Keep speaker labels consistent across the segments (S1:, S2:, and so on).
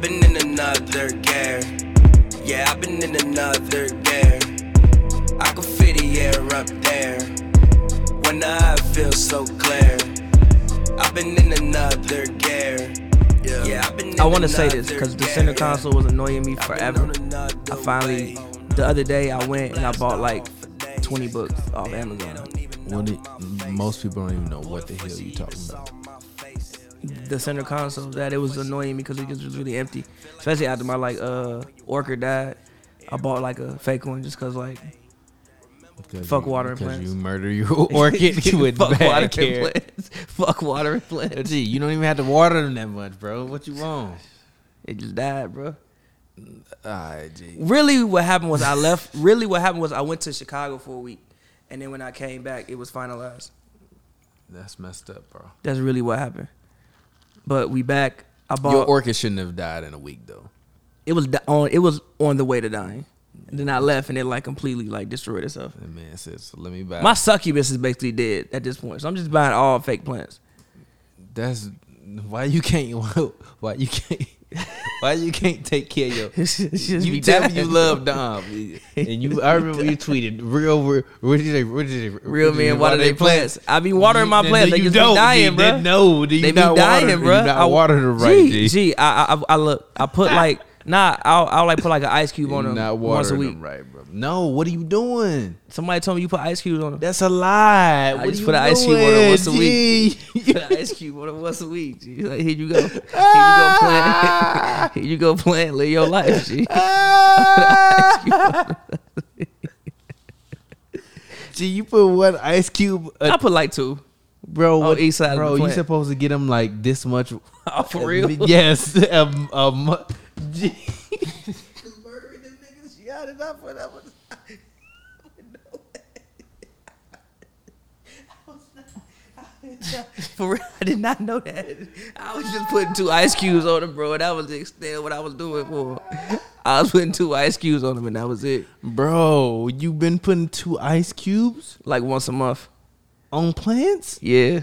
S1: been in another gear. Yeah, I've been in another gear. I can feel the air up there. When I feel so clear. I've been in another gear. Yeah, I've been in
S2: I want to say this
S1: another
S2: because the center
S1: gear.
S2: console was annoying me
S1: I've been
S2: forever.
S1: on another
S2: I
S1: way.
S2: finally, the other day, I went and I bought like 20 books off Amazon.
S3: What it, most people don't even know what the hell you talking about.
S2: The center console that it was annoying me because it just was really empty, especially after my like uh orchid died. I bought like a fake one just cause like
S3: Because
S2: Fuck
S3: you,
S2: water and
S3: because
S2: plants.
S3: you murder your orchid with
S2: fuck water
S3: bad
S2: and
S3: care.
S2: plants. Fuck water and plants.
S3: Gee, you don't even have to water them that much, bro. What you want?
S2: It just died, bro.
S3: Ah, gee.
S2: Really, what happened was I left. Really, what happened was I went to Chicago for a week, and then when I came back, it was finalized.
S3: That's messed up, bro.
S2: That's really what happened. But we back. I bought.
S3: Your orchid shouldn't have died in a week, though.
S2: it was di- on. It was on the way to dying. And then I left, and it like completely like destroyed itself.
S3: The man says, "Let me buy."
S2: My succubus is basically dead at this point, so I'm just buying all fake plants.
S3: That's why you can't. Why you can't. Why you can't take care of your.
S2: It's just- it's
S3: you
S2: be
S3: tell me you
S2: dying.
S3: love Dom, and you. I remember you tweeted real. real- What did they? What did they?
S2: Real
S3: what did
S2: men
S3: they-
S2: water
S3: why
S2: their plants. I be watering
S3: You-
S2: my
S3: no,
S2: plants. They
S3: no, you
S2: just be
S3: don't, G.
S2: dying,
S3: They-
S2: bro.
S3: No, do you
S2: They be
S3: not water-
S2: dying,
S3: you
S2: bro.
S3: not water them right,
S2: Gee,
S3: G.
S2: gee, I, I, I look. I put like nah. I'll, I'll like put like an ice cube on them
S3: Not
S2: once a
S3: watering
S2: week.
S3: them right, bro. No, what are you doing?
S2: Somebody told me you put ice cubes on them.
S3: That's a lie.
S2: I just put an ice cube on it once a week.
S3: week.
S2: ice cube on them once a week. G. Like, here you go. Here you go plant. here you go plant. Live your life. G.
S3: Gee, you put one ice cube,
S2: I
S3: a,
S2: put like two.
S3: bro.
S2: on
S3: what-
S2: each side of
S3: bro,
S2: the
S3: you
S2: plant.
S3: supposed to get them like this much
S2: Oh, for real?
S3: Yes. Um, um, gee.
S2: For real, I did not know that. I was just putting two ice cubes on them, bro. And that was the extent of what I was doing for. 'em. I was putting two ice cubes on them, and that was it.
S3: bro, you been putting two ice cubes
S2: Like once a month.
S3: on plants?
S2: Yeah.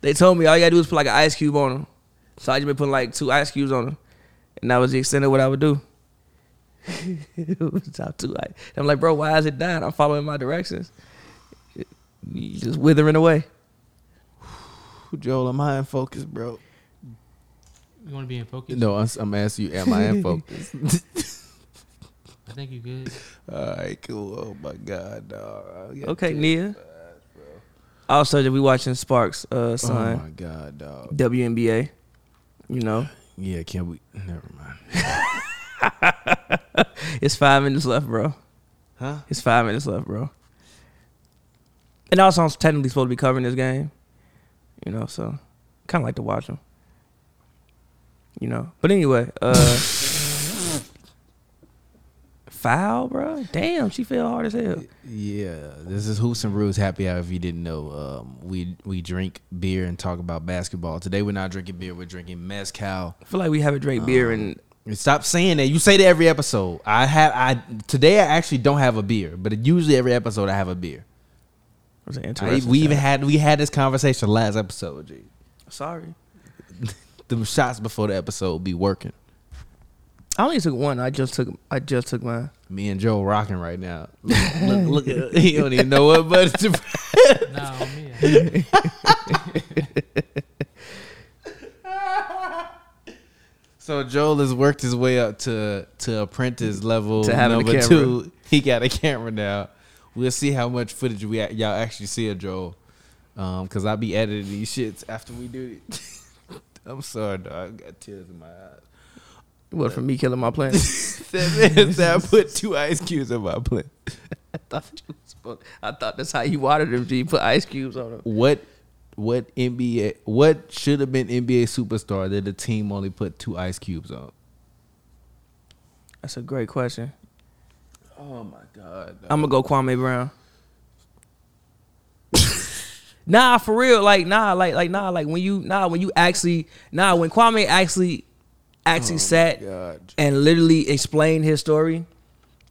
S2: they told me all you gotta do is put like an ice cube on them. So I just been putting like two ice cubes on them, and that was the extent of what I would do. it was out too high. I'm like, bro, why is it dying? I'm following my directions. You Just withering away.
S3: Joel, am I in focus, bro?
S4: You want to be in focus?
S3: No, I'm, I'm asking you, am I in focus?
S4: I think you good.
S3: All right, cool. Oh my god, dog.
S2: Okay, Nia. Also, that we watching Sparks, uh,
S3: Oh
S2: son,
S3: my god, dog.
S2: WNBA. You know,
S3: Yeah, can we? Never mind.
S2: it's five minutes left, bro.
S3: Huh?
S2: It's five minutes left, bro. And also, I'm technically supposed to be covering this game, you know, so kind of like to watch them, you know. But anyway, uh, foul, bro. Damn, she fell hard as hell.
S3: Yeah, this is Hoops and Brews Happy Hour. If you didn't know, um, we we drink beer and talk about basketball. Today we're not drinking beer. We're drinking mezcal.
S2: I feel like we haven't drank beer and
S3: And Stop saying that. You say that every episode. I have. I today I actually don't have a beer, but usually every episode I have a beer.
S2: was an
S3: I,
S2: interesting.
S3: we
S2: shot.
S3: even had we had this conversation last episode. G.
S2: sorry.
S3: The shots before the episode be working.
S2: I only took one. I just took. I just took mine.
S3: Me and Joe rocking right now. Look, look, look at- he don't even know what button to press.
S4: Nah, on me. I-
S3: So Joel has worked his way up to to apprentice level
S2: To having a
S3: number
S2: camera.
S3: two. He got a camera now. We'll see how much footage we a- y'all actually see of Joel, because I'll be editing these shits after we do it. I'm sorry, dog. I got tears in my eyes.
S2: What for me killing my plant?
S3: that man said I put two ice cubes in my plate.
S2: I thought you was supposed- I thought that's how you watered them. G. You put ice cubes on them.
S3: What? What NBA? What should have been NBA superstar that the team only put two ice cubes on?
S2: That's a great question.
S3: Oh my god! Oh,
S2: I'm gonna go Kwame Brown. nah, for real. Like nah, like like nah, like when you nah when you actually nah when
S3: Oh,
S2: Kwame actually actually sat
S3: god.
S2: and literally explained his story.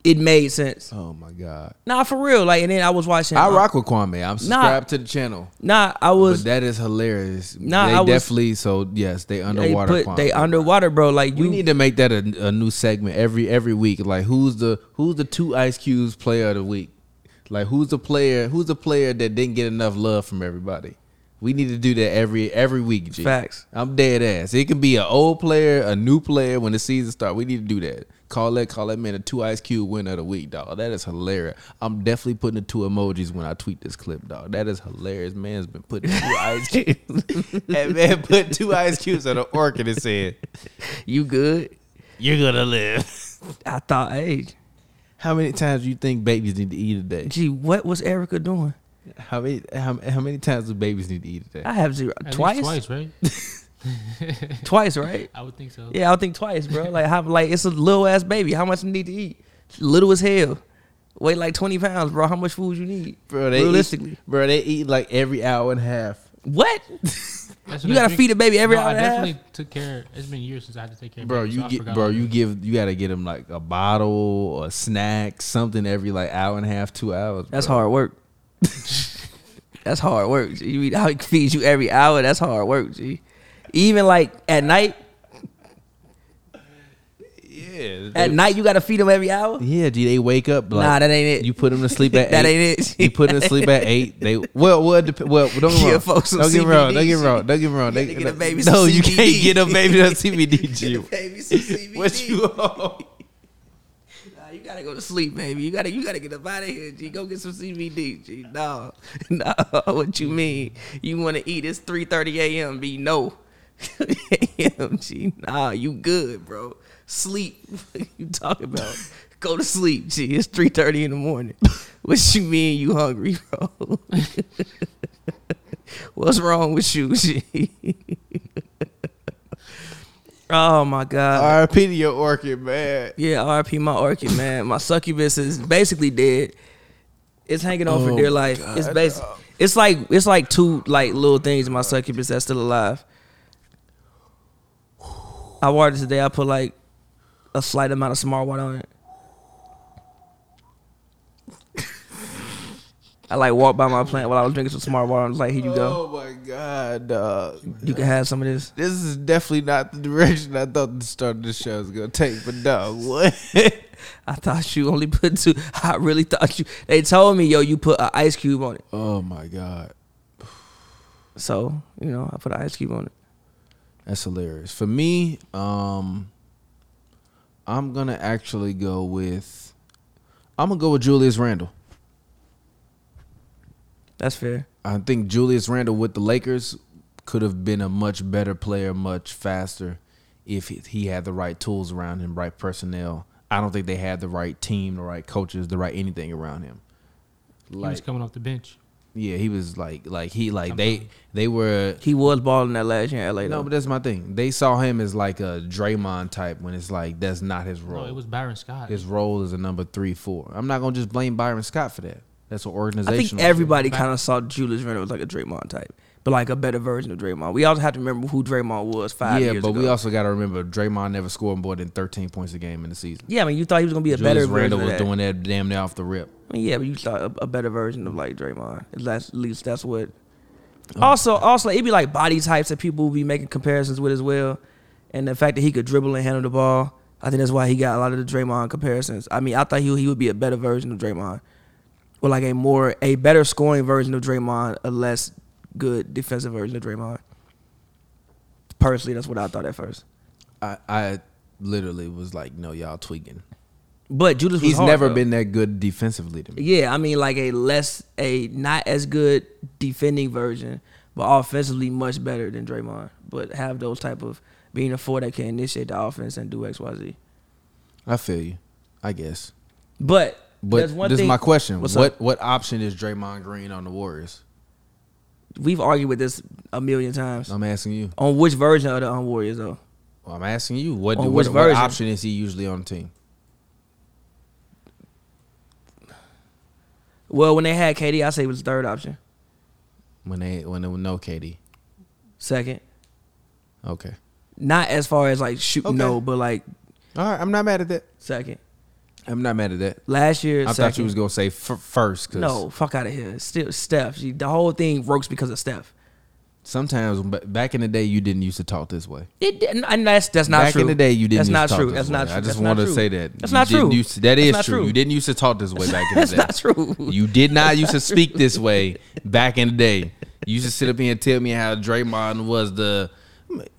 S2: it made sense.
S3: Oh my god.
S2: Nah, for real. Like, and then I was watching.
S3: I
S2: um,
S3: rock with Kwame. I'm subscribed to the channel.
S2: Nah, I was.
S3: but that is hilarious.
S2: Nah,
S3: they
S2: I was-
S3: definitely so yes, they
S2: They
S3: underwater.
S2: put
S3: Kwame.
S2: they underwater, bro. Like
S3: we
S2: you
S3: need to make that a, a new segment every every week. Like who's the who's the two Ice Cubes player of the week? Like who's the player who's the player that didn't get enough love from everybody? We need to do that every every week. G.
S2: Facts.
S3: I'm dead ass. It can be an old player, a new player. When the season starts, we need to do that. Call that call that man a two Ice Cube win of the week, dog. That is hilarious. I'm definitely putting the two emojis when I tweet this clip, dog. That is hilarious. Man's been putting two Ice Cubes. that man put two Ice Cubes on an orc and it said.
S2: you good.
S3: You're gonna live.
S2: I thought, hey,
S3: How many times do you think babies need to eat a day?
S2: gee, what was Erica doing?
S3: How many how, how many times do babies need to eat a day?
S2: I have zero
S4: At least
S2: twice, twice,
S4: twice, right?
S2: right?
S4: I would think so.
S2: Yeah, I think twice, bro. Like how like it's a little ass baby. How much you need to eat? Little as hell. Weight like twenty pounds, bro. How much food you need?
S3: Bro, they
S2: Realistically.
S3: eat, bro, they eat like every hour and a half.
S2: What?
S4: That's
S2: You
S4: what I
S2: gotta
S4: drink-
S2: feed a baby every
S4: no,
S2: hour
S4: I
S2: and a half?
S4: definitely took care. It's been years since I had to take care. of
S3: Bro,
S4: babies, so
S3: you
S4: I
S3: get
S4: forgot
S3: bro,
S4: all
S3: you
S4: that.
S3: give you gotta get them like a bottle or a snack, something every like hour and a half, two hours.
S2: That's
S3: bro.
S2: hard work. that's hard work. G. You eat I feed you every hour. That's hard work, G. Even like at night,
S3: Yeah.
S2: at
S3: they-
S2: night you gotta feed them every hour.
S3: yeah, G, they wake up like
S2: nah, that ain't it.
S3: you put them to sleep at
S2: that
S3: eight.
S2: ain't it. G.
S3: You put them to sleep at eight. They well, well, dep- well. Don't get me
S2: Yeah,
S3: wrong.
S2: folks, some
S3: Don't get me wrong. Don't
S2: CBD.
S3: get me wrong. Don't get me wrong.
S2: gotta
S3: They-
S2: get a baby
S3: no,
S2: some
S3: you
S2: CBD.
S3: can't get a baby on CBD. G.
S2: baby some CBD.
S3: What you on?
S2: Nah, you gotta go to sleep, baby. You gotta you gotta get up out of here, G. Go get some CBD, G. No, no. What you mean? You want to eat? It's three thirty a.m. B. No, a.m. G. Nah, you good, bro. Sleep. What you talking about? Go to sleep, G. It's three thirty in the morning. What you mean? You hungry, bro? What's wrong with you, G? oh my God.
S3: RIP to your orchid, man.
S2: Yeah, RIP my orchid, man. My succubus is basically dead. It's hanging on for
S3: Oh
S2: dear
S3: my
S2: life. it's basic. It's like it's like two like little things in my succubus that's still alive. I watered it today. I put like a slight amount of smart water on it. I like walked by my plant while I was drinking some smart water. I was like, here you go.
S3: Oh my god, dog.
S2: You can have some of this.
S3: This is definitely not the direction I thought the start of the show was gonna take, but dog, what?
S2: I thought you only put two. I really thought you. They told me, yo, you put an ice cube on it.
S3: oh my god,
S2: So you know, I put an ice cube on it.
S3: that's hilarious. For me, um, I'm gonna actually go with, I'm gonna go with Julius Randle.
S2: That's fair.
S3: I think Julius Randle with the Lakers could have been a much better player, much faster, if he- he had the right tools around him, right personnel. I don't think they had the right team, the right coaches, the right anything around him.
S4: He was
S3: Like,
S4: coming off the bench.
S3: yeah, he was like, like he, like they, they were.
S2: He was balling that last year in LA.
S3: No,
S2: though.
S3: but that's my thing. They saw him as like a Draymond type when it's like that's not his
S4: No,
S3: role.
S4: it was Byron Scott.
S3: his role is a number three, four. I'm not gonna just blame Byron Scott for that. That's an organization.
S2: I think everybody kind of saw Julius Randle was like a Draymond type, but like a better version of Draymond. We also have to remember who Draymond was five
S3: yeah,
S2: years
S3: but
S2: ago.
S3: we also got to remember Draymond never scored more than 13 points a game in the season.
S2: yeah, I mean, you thought he was gonna be a
S3: Julius
S2: better version.
S3: Randle
S2: Of
S3: was
S2: that.
S3: doing that damn near off the rip.
S2: I mean, yeah, but you thought a, a better version of like Draymond. At last- at least that's what.
S3: Oh.
S2: Also, also it'd be like body types that people would be making comparisons with as well, and the fact that he could dribble and handle the ball. I think that's why he got a lot of the Draymond comparisons. I mean, I thought he he would be a better version of Draymond, or like a more a better scoring version of Draymond, a less good defensive version of Draymond. Personally, that's what I thought at first.
S3: I, I literally was like, no, y'all tweaking.
S2: But Judas was
S3: He's
S2: hard,
S3: never
S2: though.
S3: been that good defensively to me.
S2: Yeah, I mean like a less a not as good defending version, but offensively much better than Draymond. But have those type of being a four that can initiate the offense and do X Y Z.
S3: I feel you. I guess.
S2: But
S3: But
S2: there's one
S3: this
S2: thing
S3: is my question.
S2: What's
S3: What
S2: up?
S3: what option is Draymond Green on the Warriors?
S2: we've argued with this a million times
S3: I'm asking you.
S2: on which version of the um, Warriors though.
S3: I'm asking you. What
S2: On
S3: what,
S2: which
S3: what
S2: version?
S3: option is he usually on the team?
S2: Well, when they had KD, I say it was third option,
S3: When they when there was no KD.
S2: second.
S3: Okay.
S2: Not as far as like shoot
S3: Okay.
S2: no, but like
S3: All right. I'm not mad at that.
S2: second.
S3: I'm not mad at that.
S2: Last year,
S3: I
S2: second.
S3: thought you was gonna say f- first. Cause
S2: No, fuck out of here. Still, Steph. She, the whole thing works because of Steph.
S3: Sometimes, b- back in the day, you didn't used to talk this way.
S2: It didn't, and that's that's not
S3: back
S2: true.
S3: in the day, you didn't.
S2: That's
S3: used
S2: not
S3: to talk
S2: true.
S3: This
S2: That's
S3: way.
S2: not
S3: I
S2: true.
S3: just
S2: That's not
S3: wanted to
S2: true.
S3: say that.
S2: That's
S3: You
S2: not
S3: didn't
S2: true.
S3: used to- that
S2: That's
S3: is
S2: not
S3: true.
S2: true.
S3: You didn't used to talk this way back in the
S2: That's
S3: day.
S2: not true.
S3: You did not used to speak this way back in the day. You used to sit up here and tell me how Draymond was the.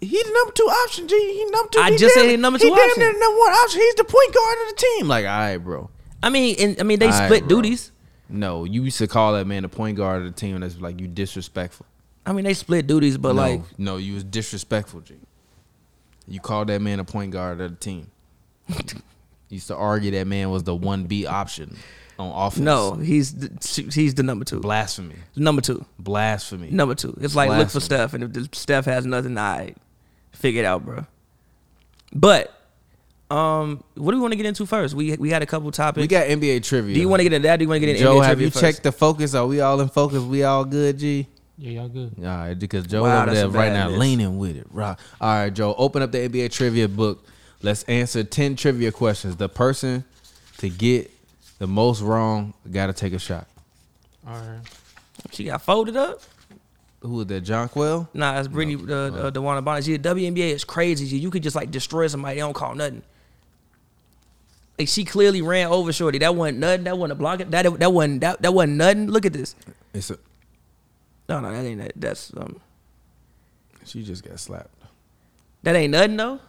S3: He's the number two option. G. He number two.
S2: I
S3: he
S2: just
S3: damn-
S2: said he number two
S3: he damn
S2: option.
S3: near the number one option. He's the point guard of the team. Like, all right, bro.
S2: I mean, and I mean they
S3: All right,
S2: split
S3: bro.
S2: duties.
S3: No, you used to call that man the point guard of the team. That's like you disrespectful.
S2: I mean they split duties, but
S3: no,
S2: like
S3: no, you was disrespectful, G. You called that man a point guard of the team. You used to argue that man was the one B option on offense.
S2: no, he's the, he's the number two.
S3: blasphemy,
S2: Number two.
S3: blasphemy.
S2: Number two. It's like look for
S3: Blasphemy.
S2: Steph, and if the Steph has nothing, I figure it out, bro. But um, what do we want to get into first? We we had a couple topics.
S3: we got NBA trivia.
S2: do you want to get into that? Do you want to get into
S3: Joe?
S2: NBA
S3: Have
S2: trivia
S3: you
S2: first?
S3: checked the focus? Are we all in focus? We all good, G.
S4: Yeah, y'all good.
S3: All right, because Joe
S2: Wow,
S3: over
S2: that's
S3: there
S2: a
S3: right
S2: bad
S3: now
S2: list.
S3: leaning with it. Right. All right, Joe, open up the NBA trivia book. Let's answer 10 trivia questions. The person to get the most wrong got to take a shot.
S4: All right.
S2: She got folded up.
S3: Who is that, Jonquil?
S2: Nah, that's Brittany uh, uh, Dewana Bonner. She, the WNBA is crazy. She, you could just like destroy somebody. They don't call nothing. Like she clearly ran over Shorty. That wasn't nothing. That wasn't a block. That that wasn't that, that wasn't nothing. Look at this.
S3: It's a,
S2: No, no, that ain't that. That's um,
S3: she just got slapped.
S2: that ain't nothing though.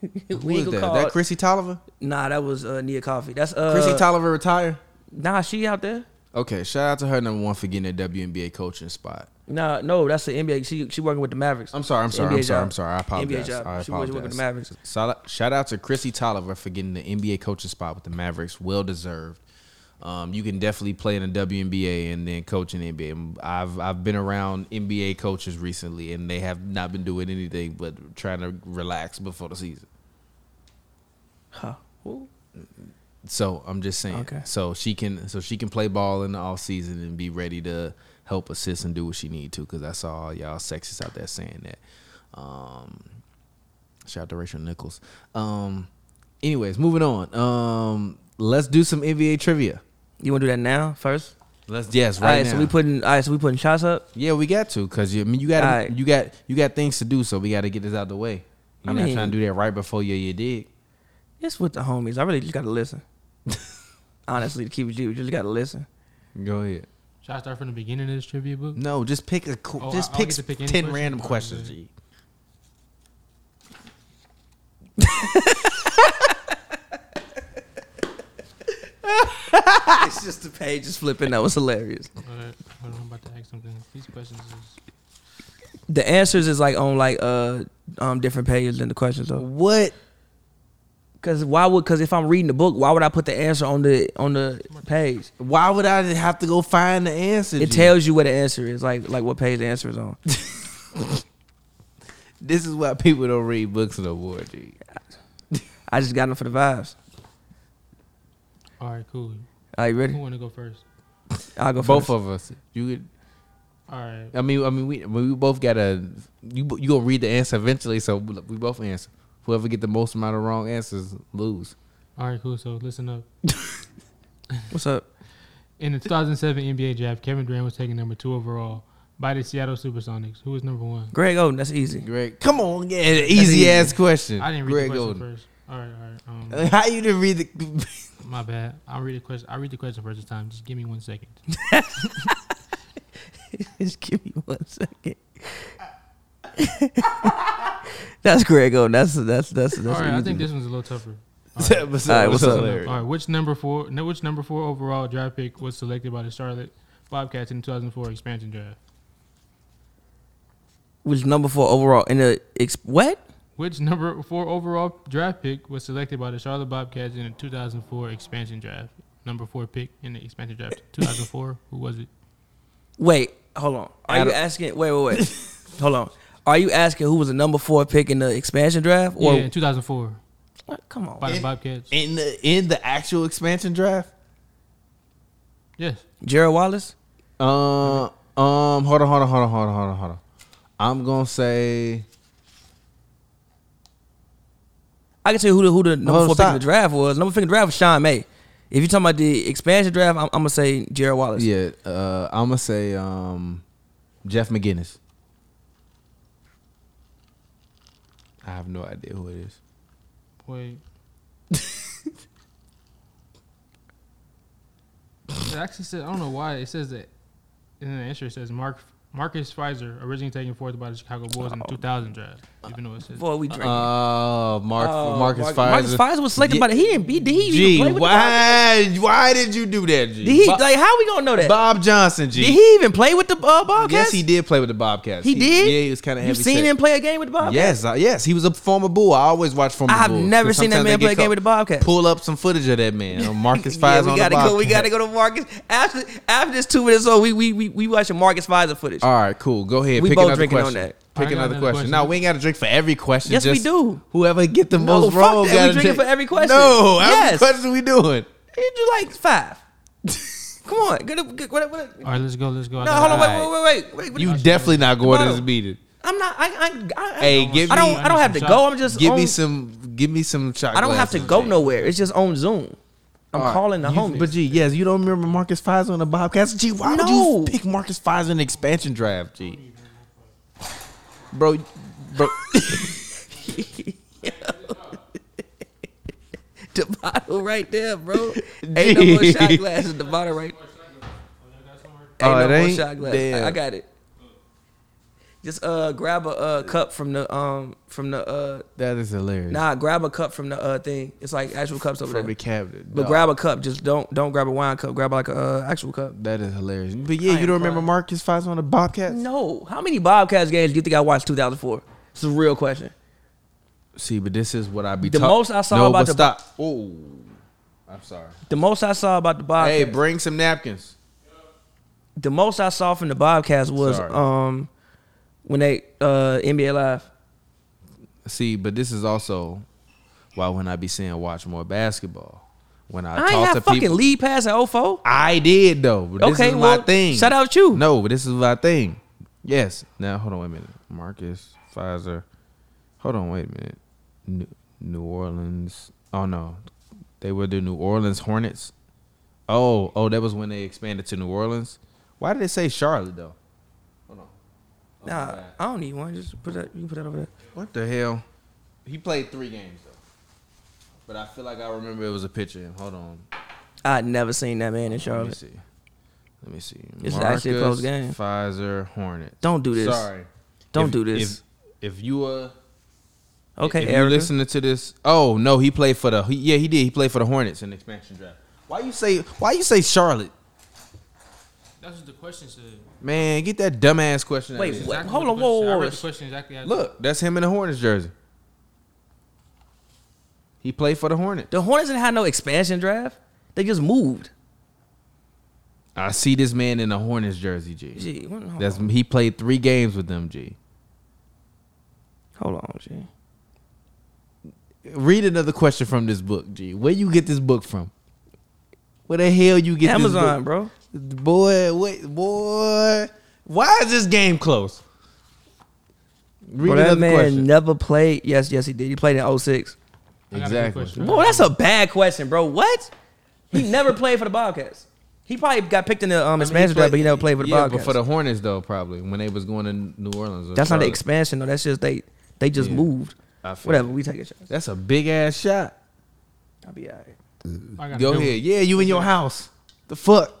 S3: Who is that? That Chrissy Tolliver?
S2: Nah, that was uh, Nia Coffee. That's uh,
S3: Chrissy Tolliver retired?
S2: Nah, she out there.
S3: Okay, shout out to her, number one, for getting a WNBA coaching spot.
S2: Nah, no, that's the NBA. She she working with the Mavericks.
S3: I'm sorry, I'm
S2: It's
S3: sorry,
S2: NBA
S3: I'm sorry,
S2: job.
S3: I'm sorry. I apologize.
S2: NBA job.
S3: I
S2: She was working with the Mavericks.
S3: apologize. Shout shout out to Chrissy Tolliver for getting the NBA coaching spot with the Mavericks. Well deserved. Um, you can definitely play in the WNBA and then coach in the NBA. I've I've been around NBA coaches recently, and they have not been doing anything but trying to relax before the season.
S2: Huh. Ooh.
S3: So I'm just saying.
S2: Okay.
S3: So she can so she can play ball in the off season and be ready to help assist and do what she need to. Because I saw all y'all sexists out there saying that. Um, shout out to Rachel Nichols. Um, anyways, moving on. Um, let's do some NBA trivia.
S2: You want to do that now first?
S3: Let's yes right
S2: all right,
S3: now.
S2: so we putting all right, so we putting shots up.
S3: yeah, we got to because you I mean, you got
S2: All right.
S3: you got you got things to do. So we got to get this out of the way. You're
S2: I
S3: not
S2: mean-
S3: trying to do that right before your you dig.
S2: It's with the homies. I really just gotta listen. Honestly, to keep it G, we just gotta listen.
S3: Go ahead.
S4: Should I start from the beginning of this trivia book?
S3: No, just pick a co-
S4: Oh,
S3: just
S4: I- I'll
S3: pick,
S4: get to pick any
S3: ten
S4: question?
S3: random
S4: Oh,
S3: questions.
S4: okay.
S3: G.
S2: it's just the pages flipping. That was hilarious.
S4: All right. Hold on, I'm about to ask something. These questions is
S2: The answers is like on like uh um different pages than the questions though.
S3: What
S2: Cause why would? Cause if I'm reading the book, why would I put the answer on the on the page?
S3: Why would I have to go find the answer?
S2: It
S3: G?
S2: tells you where the answer is, like like what page the answer is on.
S3: This is why people don't read books no more, G.
S2: I just got them for the vibes.
S4: all right. Cool.
S2: Are you
S4: Who
S2: ready?
S4: want to go first?
S2: I'll go
S3: Both
S2: first.
S3: of us. You could.
S4: All right.
S3: I mean, I mean, we we both gotta. You you gonna read the answer eventually, so we both answer. Whoever get the most amount of wrong answers lose.
S4: All right. Cool. So listen up.
S2: What's up?
S4: In the 2007 NBA draft, Kevin Durant was taken number two overall by the Seattle SuperSonics. Who was number one?
S2: Greg Oden, that's easy.
S3: Greg, come on, yeah, an easy ass question.
S4: I didn't read
S3: Greg
S4: the question
S3: Oden.
S4: first. All right. All right. Um,
S3: How you didn't read the?
S4: My bad. I'll read the question. I'll read the question first this time. Just give me one second.
S2: Just give me one second. that's Greg Oden. That's that's that's that's
S4: All right.
S2: easy.
S4: I think this one's a little tougher. All right.
S3: That was-
S2: All right,
S3: that was
S2: what's up?
S3: hilarious.
S4: All right. Which number four? No, which number four overall draft pick was selected by the Charlotte Bobcats in the 2004 expansion draft?
S2: was number four overall in the ex- what?
S4: Which number four overall draft pick was selected by the Charlotte Bobcats in the 2004 expansion draft? Number four pick in the expansion draft, 2004. Who was it?
S2: Wait, hold on. Are you
S3: Adam-
S2: asking? Wait, wait, wait. hold on. Are you asking who was the number four pick in the expansion draft? Or
S4: yeah, in 2004
S2: what? Come on,
S4: by
S3: eh,
S4: the Bobcats.
S3: In the in the actual expansion draft.
S4: Yes.
S2: Jared Wallace.
S3: Um, um, hold on, hold on, hold on, hold on, hold on, hold on. I'm gonna say
S2: I can tell you who the, who the number
S3: Hold on,
S2: four pick
S3: stop.
S2: in the draft was. Number four pick in the draft was Sean May. If you're talking about the expansion draft, I'm, I'm gonna say Jared Wallace.
S3: Yeah, uh, I'm gonna say um, Jeff McGinnis. I have no idea who it is.
S4: Wait. it actually says I don't know why it says that. In the answer, it says Mark Marcus Pfizer, originally taken fourth by the Chicago Bulls
S2: Oh.
S4: in the 2000 draft. Even though it says
S2: Boy, we drinking.
S3: Uh, Mark
S2: Oh,
S3: Marcus
S2: Marcus-
S3: Pfizer.
S2: Marcus Pfizer was selected
S3: Yeah.
S2: by the he didn't be did he
S3: G,
S2: even play with the
S3: why why did you do that, G?
S2: Did he
S3: Bob,
S2: like how we gonna know that?
S3: Bob Johnson, G.
S2: Did he even play with the uh, Bobcats?
S3: yes, he did play with the Bobcats.
S2: He did?
S3: Yeah, he was kind of.
S2: You seen him play a game with the Bobcats?
S3: Yes, I, yes, he was a former Bull. I always watch former
S2: I have
S3: Bulls, 'cause
S2: never seen that man
S3: sometimes they
S2: play a
S3: get
S2: game with the Bobcats.
S3: Pull up some footage of that man. on Marcus
S2: Yeah,
S3: Pfizer
S2: we
S3: on the
S2: gotta go. We
S3: Bobcats.
S2: gotta go to Marcus after after this two minutes. So we we we, we watching Marcus Pfizer footage.
S3: All right, cool. Go ahead.
S2: We
S3: Pick
S2: both
S3: another
S2: drinking on
S3: question.
S2: that.
S3: Pick
S4: I got
S3: another
S4: another
S3: question.
S4: question.
S3: No, we ain't got to drink for every question.
S2: Yes, we
S3: just
S2: do.
S3: Whoever get the
S2: No,
S3: most
S2: fuck
S3: wrong,
S2: that. We
S3: gotta
S2: drinking
S3: drink
S2: for every question.
S3: No, how many
S2: Yes.
S3: questions we doing?
S2: You do like five. Come on, get up, get, what, what,
S4: All right, let's go. Let's go. I
S2: no,
S4: got-
S2: hold on,
S3: All right.
S2: wait, wait, wait, wait, wait.
S3: You
S2: what-
S3: definitely not going to
S2: Bottle.
S3: this meeting.
S2: I'm not. I, I, I, I
S3: Hey, give
S2: I don't.
S3: me-
S2: I don't have to go. I'm just.
S3: Give
S2: on,
S3: me some. Give me some shot.
S2: I don't have to
S3: glasses,
S2: go
S3: G.
S2: nowhere. It's just on Zoom. I'm
S3: All right.
S2: calling the
S3: You-
S2: homies.
S3: But G, yes, you don't remember Marcus Pfizer on the Bobcats. G, why
S2: No.
S3: would you pick Marcus Pfizer in the expansion draft? G, bro, bro.
S2: the bottle right there, bro. Ain't no more shot glasses. The bottle right. Ain't
S3: Oh,
S2: no
S3: it
S2: more
S3: ain't?
S2: shot glass. I, I
S3: Damn.
S2: got it. Just uh grab a uh cup from the um from the uh
S3: that is hilarious.
S2: nah grab a cup from the uh thing. It's like actual cups over
S3: from
S2: there.
S3: the cabinet.
S2: But
S3: dog.
S2: grab a cup. Just don't don't grab a wine cup. Grab like a uh, actual cup.
S3: That is hilarious. But
S2: I
S3: yeah, you
S2: am
S3: don't remember
S2: crying.
S3: Marcus Pfizer on the Bobcats?
S2: No. How many Bobcats games do you think I watched 2004? It's a real question.
S3: See, but this is what I be
S2: The
S3: talk-
S2: most I saw
S3: no,
S2: about
S3: but
S2: the-
S3: stop. Oh, I'm sorry.
S2: The most I saw about the Bobcats.
S3: Hey, bring some napkins.
S2: the most I saw from the Bobcats was
S3: Sorry.
S2: um when they uh NBA Live.
S3: See, but this is also why when I be saying watch more basketball, when I,
S2: I, ain't
S3: talk to
S2: have fucking
S3: people,
S2: lead pass at 04.
S3: I did though. But this
S2: Okay,
S3: is
S2: well,
S3: my thing.
S2: shout out you.
S3: No, but this is my thing. Yes. Now hold on a minute, Marcus Pfizer. Hold on, wait a minute. New, New Orleans. Oh no, they were the New Orleans Hornets. Oh, oh, that was when they expanded to New Orleans. Why did they say Charlotte though? Hold on.
S2: Nah, I don't need one. Just put that. You can put that over there.
S3: What the hell? He played three games though. But I feel like I remember it was a picture of him. Hold on.
S2: I never seen that man in
S3: Let me
S2: Charlotte.
S3: see. Let me see.
S2: It's actually a close game.
S3: Pfizer Hornets.
S2: Don't do this.
S3: Sorry.
S2: Don't
S3: If-
S2: do this.
S3: If, if you uh
S2: okay,
S3: if you're
S2: Erica.
S3: listening to this, oh no, he played for the he, yeah he did he played for the Hornets in the expansion draft. Why you say why you say Charlotte?
S4: That's what the question said.
S3: Man, get that dumbass question. out
S2: Wait,
S3: of here.
S2: what?
S4: Exactly
S2: Hold
S4: what
S2: on,
S4: the
S2: whoa,
S4: question-
S2: whoa,
S4: I
S2: whoa.
S4: read the question exactly. as-
S3: Look, that's him in the Hornets jersey. He played for the Hornets.
S2: The Hornets didn't have no expansion draft. They just moved.
S3: I see this man in a Hornets jersey, G.
S2: Gee, what- hold,
S3: That's
S2: on.
S3: he played three games with them, G.
S2: hold on, G.
S3: Read another question from this book, G. Where you get this book from? Where the hell you get
S2: Amazon,
S3: this book?
S2: bro.
S3: Boy, wait, boy. Why is this game close? Read
S2: Bro, that
S3: another
S2: man
S3: question.
S2: never played. Yes, yes, he did. He played in 06.
S4: I got a good question.
S3: Exactly.
S2: Bro, that's a bad question, bro. What? He never played for the Bobcats. He probably got picked in the um, expansion draft, but he never played for the
S3: yeah,
S2: Bobcats.
S3: but for the Hornets though, probably when they was going to New Orleans. or
S2: that's not the
S3: Charlotte.
S2: expansion, though. That's just they they just
S3: Yeah.
S2: moved.
S3: I feel
S2: Whatever,
S3: it.
S2: we take a chance.
S3: That's a big ass shot.
S2: I'll be all right.
S4: I got a
S3: Go
S4: good one.
S3: ahead. Yeah, you in your house. The fuck.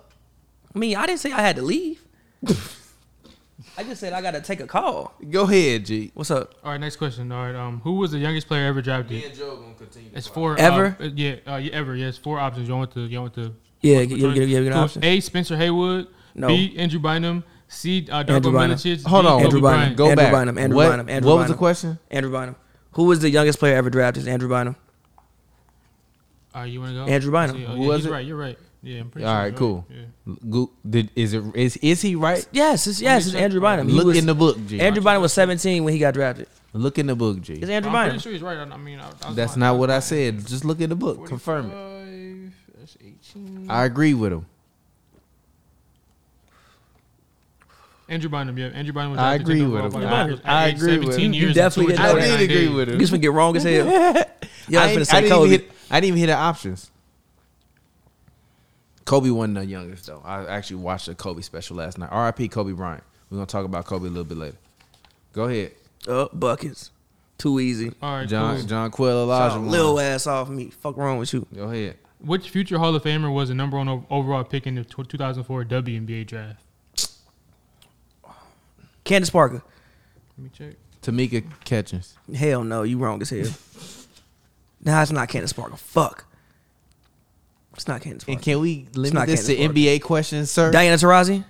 S2: I mean, I didn't say I had to leave. I just said I got to take a call.
S3: Go ahead, G.
S2: What's up?
S4: All right, next question. All right, um, who was the youngest player ever drafted?
S3: Joe gonna continue.
S4: It's four.
S2: Ever?
S4: uh, yeah, uh, yeah, ever. Yes, four options. You want to? You want to?
S2: Yeah, you get, get, get an option.
S4: A. Spencer Haywood.
S2: No.
S4: B. Andrew Bynum. C. Uh, Darko
S2: Andrew Bynum.
S4: Milicic. D,
S3: Hold on,
S4: Kobe
S2: Andrew Bynum.
S4: Bryant.
S3: Go
S2: Andrew
S3: back.
S2: Bynum, Andrew
S3: what,
S2: Bynum, Andrew
S3: what was the
S2: Bynum.
S3: question?
S2: Andrew Bynum. Who was the youngest player ever drafted? Is Andrew Bynum.
S4: All right, you want to go?
S2: Andrew Bynum.
S4: See, oh,
S3: Who
S4: yeah,
S3: was
S4: he's
S3: it?
S4: right. You're right. Yeah, I'm pretty
S3: All
S4: sure.
S3: right,
S4: he's
S3: cool.
S4: Yeah.
S3: Go- Did, is it is is he right?
S2: Yes, it's, yes, it's Andrew Bynum. He
S3: Look
S2: was-
S3: in the book, G.
S2: Andrew Bynum was 17 when he got drafted.
S3: Look in the book, G.
S2: It's Andrew
S4: I'm
S2: Bynum.
S4: pretty sure he's right. I, I mean, I, I was
S3: That's
S4: lying.
S3: not what I said. Just look in the book. Confirm it.
S4: 45, That's 18.
S3: I agree with him.
S4: Andrew Bynum. Yeah, Andrew Bynum was
S3: I
S4: drafted
S3: agree
S4: to the
S3: with
S4: Milwaukee
S3: him.
S4: Bucks
S3: I-
S4: at
S3: I
S4: age
S3: agree with
S4: 17
S3: him.
S2: You
S4: years and
S2: definitely
S4: played
S2: didn't
S4: for
S2: know that.
S4: the Bucks
S3: I did
S4: nine
S3: agree
S4: days.
S3: with
S2: You
S3: him.
S2: just gonna get wrong as hell.
S3: I
S2: Yeah, I was
S3: didn't,
S2: gonna
S3: I
S2: say
S3: didn't even
S2: Kobe.
S3: hit, I didn't even hit the options. Kobe wasn't the youngest though. I actually watched a Kobe special last night. R.I.P. Kobe Bryant. We're gonna talk about Kobe a little bit later. Go ahead,
S2: Uh, buckets. Too easy.
S4: All right,
S3: John
S4: John,
S3: John Quill Elijah.
S2: Y'all Little ass off me. Fuck wrong with you?
S3: Go ahead.
S4: Which future Hall of Famer was the number one o- overall pick in the tw- 2004 WNBA draft?
S2: Candace Parker.
S4: Let me check.
S3: Tamika Catchings.
S2: Hell no, you wrong as hell. nah, it's not Candace Parker. Fuck. It's not Candace Parker.
S3: And can we limit
S2: not
S3: this to
S2: Candace Parker.
S3: NBA questions, sir?
S2: Diana Taurasi.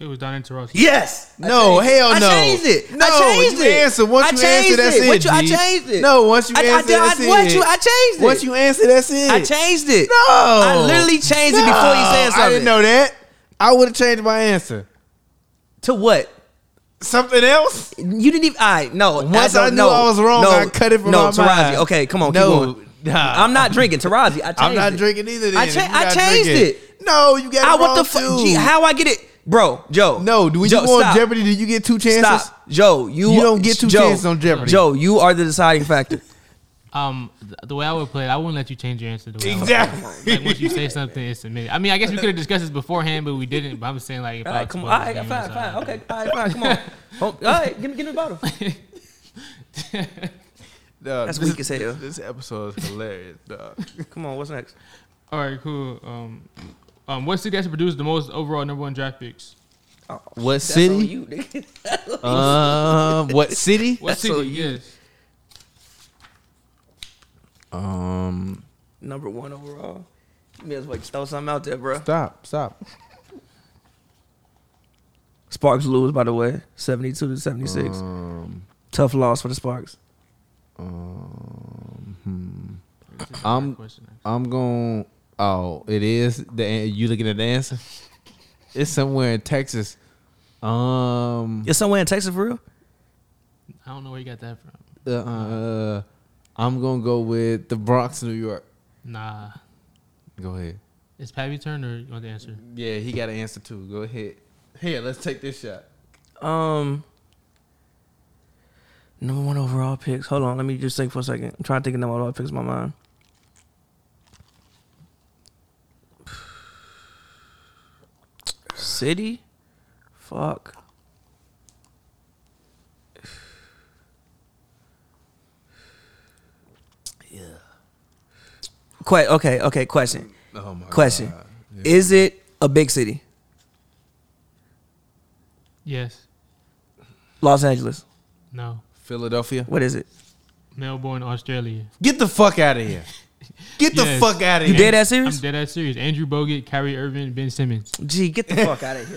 S4: It was Diana Taurasi.
S2: Yes.
S3: No, hell no.
S2: I changed it.
S3: No,
S2: I changed
S3: you
S2: it.
S3: answer. Once
S2: I
S3: you
S2: changed
S3: answer, that's
S2: it.
S3: it.
S2: What you- I
S3: G.
S2: changed it.
S3: No, once you
S2: I- I
S3: answer,
S2: did- I-
S3: that's it.
S2: what you- I changed it.
S3: Once you answer, that's it.
S2: I changed it.
S3: No, Ah,
S2: I literally changed it before you said something.
S3: I didn't know that. I would have changed my answer.
S2: To what?
S3: Something else?
S2: You didn't even. I no.
S3: Once
S2: I, don't
S3: I knew
S2: know.
S3: I was wrong,
S2: no,
S3: I cut it from
S2: no,
S3: my
S2: Taraji.
S3: mind.
S2: Okay, come on. keep
S3: No,
S2: going.
S3: nah.
S2: I'm not drinking Taraji. I changed
S3: I'm not
S2: it.
S3: drinking either. Then.
S2: I
S3: if
S2: cha-
S3: you
S2: I
S3: gotta
S2: changed
S3: drink No, you got it
S2: I what
S3: wrong
S2: the fuck?
S3: too.
S2: Gee, How I get it, bro? Joe.
S3: No, do we
S2: Joe,
S3: you on
S2: stop.
S3: Jeopardy? Do you get two chances?
S2: Stop, Joe. You,
S3: You don't get two
S2: Joe,
S3: chances on Jeopardy.
S2: Joe, you are the deciding factor.
S4: Um, th- the way I would play it, I wouldn't let you change your answer. The way I would play it.
S3: Exactly.
S4: Like once you say something, it's a minute. I mean, I guess we could have discussed this beforehand, but we didn't. But I'm saying like, if
S2: All
S4: I
S2: right, come on.
S4: explore
S2: All right,
S4: this
S2: fine,
S4: game
S2: fine,
S4: outside-
S2: Okay, all right, fine. Come on. Oh, all right, give me, give me the bottle.
S3: Dog,
S2: That's
S3: this-
S2: weak as hell.
S3: This episode is hilarious, dog.
S2: Come on. What's next?
S4: All right, cool. Um, um, what city has produced the most overall number one draft picks?
S2: Oh,
S3: What
S2: that's
S3: city?
S2: on you, nigga.
S3: Um, what city?
S4: What
S2: That's
S4: city?
S2: so you.
S4: yes.
S3: Um,
S2: Number one overall. You may as well just throw something out there, bro.
S3: stop, stop.
S2: Sparks lose, by the way, seventy-two to seventy-six.
S3: Um,
S2: Tough loss for the Sparks.
S3: um,
S4: This is a
S3: Um,
S4: hard question.
S3: I'm going. Oh, it is the an- you looking at the answer? It's somewhere in Texas. Um,
S2: It's somewhere in Texas for real.
S4: I don't know where you got that from.
S3: uh, uh, I'm gonna go with the Bronx, New York.
S4: Nah,
S3: Go ahead.
S4: it's Patty Turner. You want the answer?
S3: Yeah, he got an answer too. Go ahead. Here, let's take this shot.
S2: Um, number one overall picks. Hold on, let me just think for a second. I'm trying to think of number one overall picks in my mind. City, fuck. Yeah. Quite okay. Okay. Question.
S3: Oh my
S2: Question.
S3: God.
S2: Is it a big city?
S4: Yes.
S2: Los Angeles.
S4: No.
S3: Philadelphia.
S2: What is it?
S4: Melbourne, Australia.
S3: Get the fuck out of here. Get the
S4: Yes.
S3: fuck out of
S2: You
S3: here.
S2: dead ass serious?
S4: I'm dead ass serious. Andrew Bogut, Kyrie Irving, Ben Simmons.
S2: Gee, get the fuck out of here.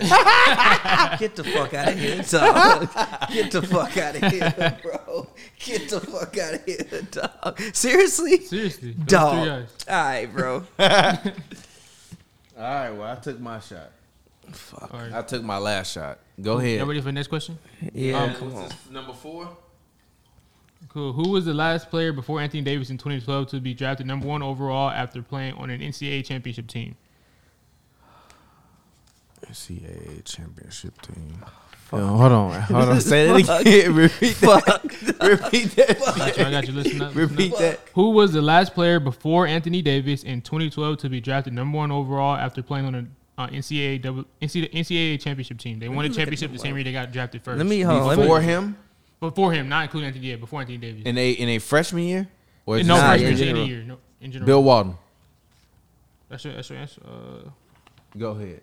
S2: get the fuck out of here, dog. Get the fuck out of here, bro. Get the fuck out of here, dog. Seriously?
S4: Seriously, those three
S2: Dog.
S4: guys.
S2: Alright, bro.
S3: All right. Well, I took my shot.
S2: Fuck.
S4: All right.
S3: I took my last shot. Go ahead.
S4: Y'all ready for the next question?
S2: Yeah,
S4: Um,
S2: come on.
S3: number four.
S4: Cool. Who was the last player before Anthony Davis in 2012 to be drafted number one overall after playing on an NCAA championship team?
S3: NCAA championship team.
S4: Oh,
S3: Yo, hold on, hold on. Say that again. Repeat that.
S2: Fuck.
S3: Repeat that.
S4: I got you. Listen up. listen
S3: Repeat
S4: up.
S3: that.
S4: Who was the last player before Anthony Davis in 2012 to be drafted number one overall after playing on an uh, NCAA, double, NCAA NCAA championship team? They won a championship the same year they got drafted first.
S2: Let me hold on. Let me,
S3: Before him
S4: before him, not including Anthony Davis. Before Anthony Davis.
S3: in a in a freshman year, or
S4: no,
S2: Nah,
S3: just-
S4: freshman
S2: in
S4: year,
S2: general.
S4: year, no, in general.
S3: Bill Walton.
S4: That's your, that's your answer. Uh,
S3: Go ahead.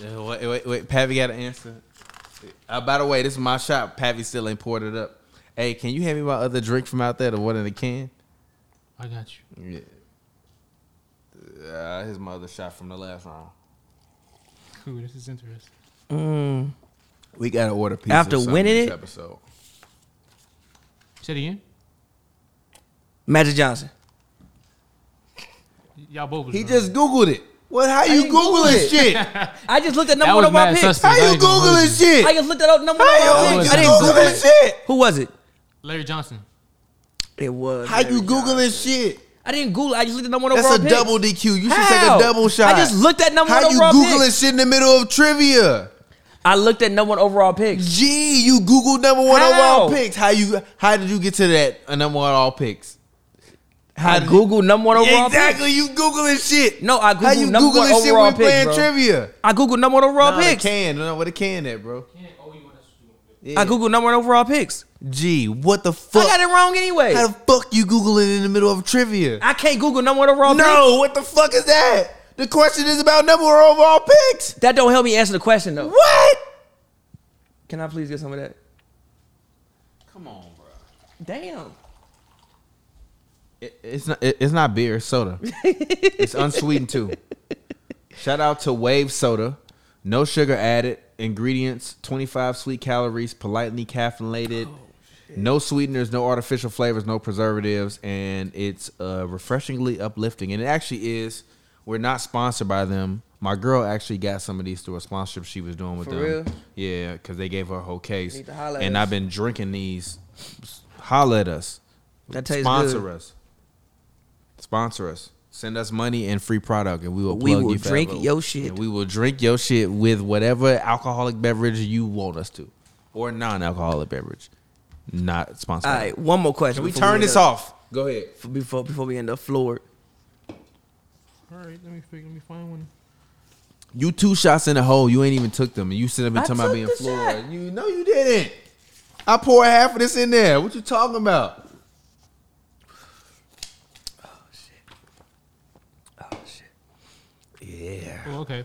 S3: Yeah, Wait, wait, wait. Pavi got an answer. Uh, by the way, this is my shot. Pavi still ain't poured it up. Hey, can you hand me my other drink from out there, the one in the can?
S4: I got you.
S3: Yeah. Uh, his mother shot from the last round.
S4: Cool. This is interesting.
S2: mm,
S3: We gotta order pizza
S2: After
S3: or something
S2: winning
S3: this
S2: it?
S3: Episode.
S4: Say it again.
S2: Magic Johnson.
S4: Y- Y'all both. Was
S3: He
S4: wrong.
S3: just googled it. What? How you
S2: didn't Google
S3: googling
S2: it.
S3: shit?
S2: I just looked at
S4: That
S2: number one
S4: was
S2: overall
S4: mad
S2: picks.
S4: suspect.
S3: How
S4: I
S3: you
S4: ain't gonna hold you.
S3: googling shit?
S2: I just looked at up number one
S3: How
S2: overall
S3: you
S4: was
S2: picks.
S3: just
S2: I didn't Google
S3: googling
S2: it.
S3: shit?
S2: Who was it?
S4: Larry Johnson.
S2: It was.
S3: How you
S2: Larry Johnson.
S3: googling shit?
S2: I didn't Google. it. I just looked at number one
S3: That's
S2: overall
S3: a
S2: picks.
S3: double DQ. You should
S2: How?
S3: take a double shot.
S2: I just looked at number
S3: How
S2: one
S3: you
S2: overall
S3: googling
S2: picks.
S3: shit in the middle of trivia?
S2: I looked at number one overall picks.
S3: Gee, you googled number one
S2: How?
S3: overall picks. How you? How did you get to that uh, number one all picks?
S2: I Google number one overall
S3: Exactly, you googling shit.
S2: No, I
S3: How
S2: Googled
S3: you
S2: number one
S3: googling shit
S2: overall
S3: when we playing
S2: picks, bro.
S3: trivia?
S2: pick. I Googled number one overall
S3: Nah,
S2: picks.
S3: They can, no, what they can at, bro.
S2: I Googled number one overall picks.
S3: Gee, what the fuck?
S2: I got it wrong anyway.
S3: How the fuck you googling in the middle of trivia?
S2: I can't Google number one overall picks.
S3: No, what the fuck is that? The question is about number one overall picks.
S2: That don't help me answer the question though.
S3: What?
S2: Can I please get some of that?
S3: Come on, bro.
S2: Damn.
S3: It, it's not. It, it's not beer. It's soda. it's unsweetened too. Shout out to Wave Soda. No sugar added. Ingredients: twenty-five sweet calories, politely caffeinated.
S2: Oh,
S3: no sweeteners, no artificial flavors, no preservatives, and it's uh, refreshingly uplifting. And it actually is. We're not sponsored by them. My girl actually got some of these through a sponsorship she was doing with
S2: For
S3: them.
S2: real?
S3: Yeah, because they gave her a whole case,
S2: Need to holla at
S3: and
S2: us.
S3: I've been drinking these. Holla at us.
S2: That tastes
S3: Sponsor
S2: good.
S3: us. Sponsor us. Send us money and free product, and we will
S2: We
S3: plug
S2: will
S3: you forever.
S2: drink your shit.
S3: And we will drink your shit with whatever alcoholic beverage you want us to, or non-alcoholic beverage. Not sponsored.
S2: All right, one more question.
S3: Can we
S2: before
S3: turn
S2: end
S3: this
S2: up-
S3: off? Go ahead.
S2: f- before before we end up floored?
S4: All right, let me figure, let me find one.
S3: You two shots in a hole. You ain't even took them, and you sit up and
S2: I
S3: talking about
S2: took
S3: being
S2: the
S3: floored.
S2: shot.
S3: You know you didn't. I poured half of this in there. What you talking about?
S2: Oh shit!
S3: Yeah.
S4: Oh, okay.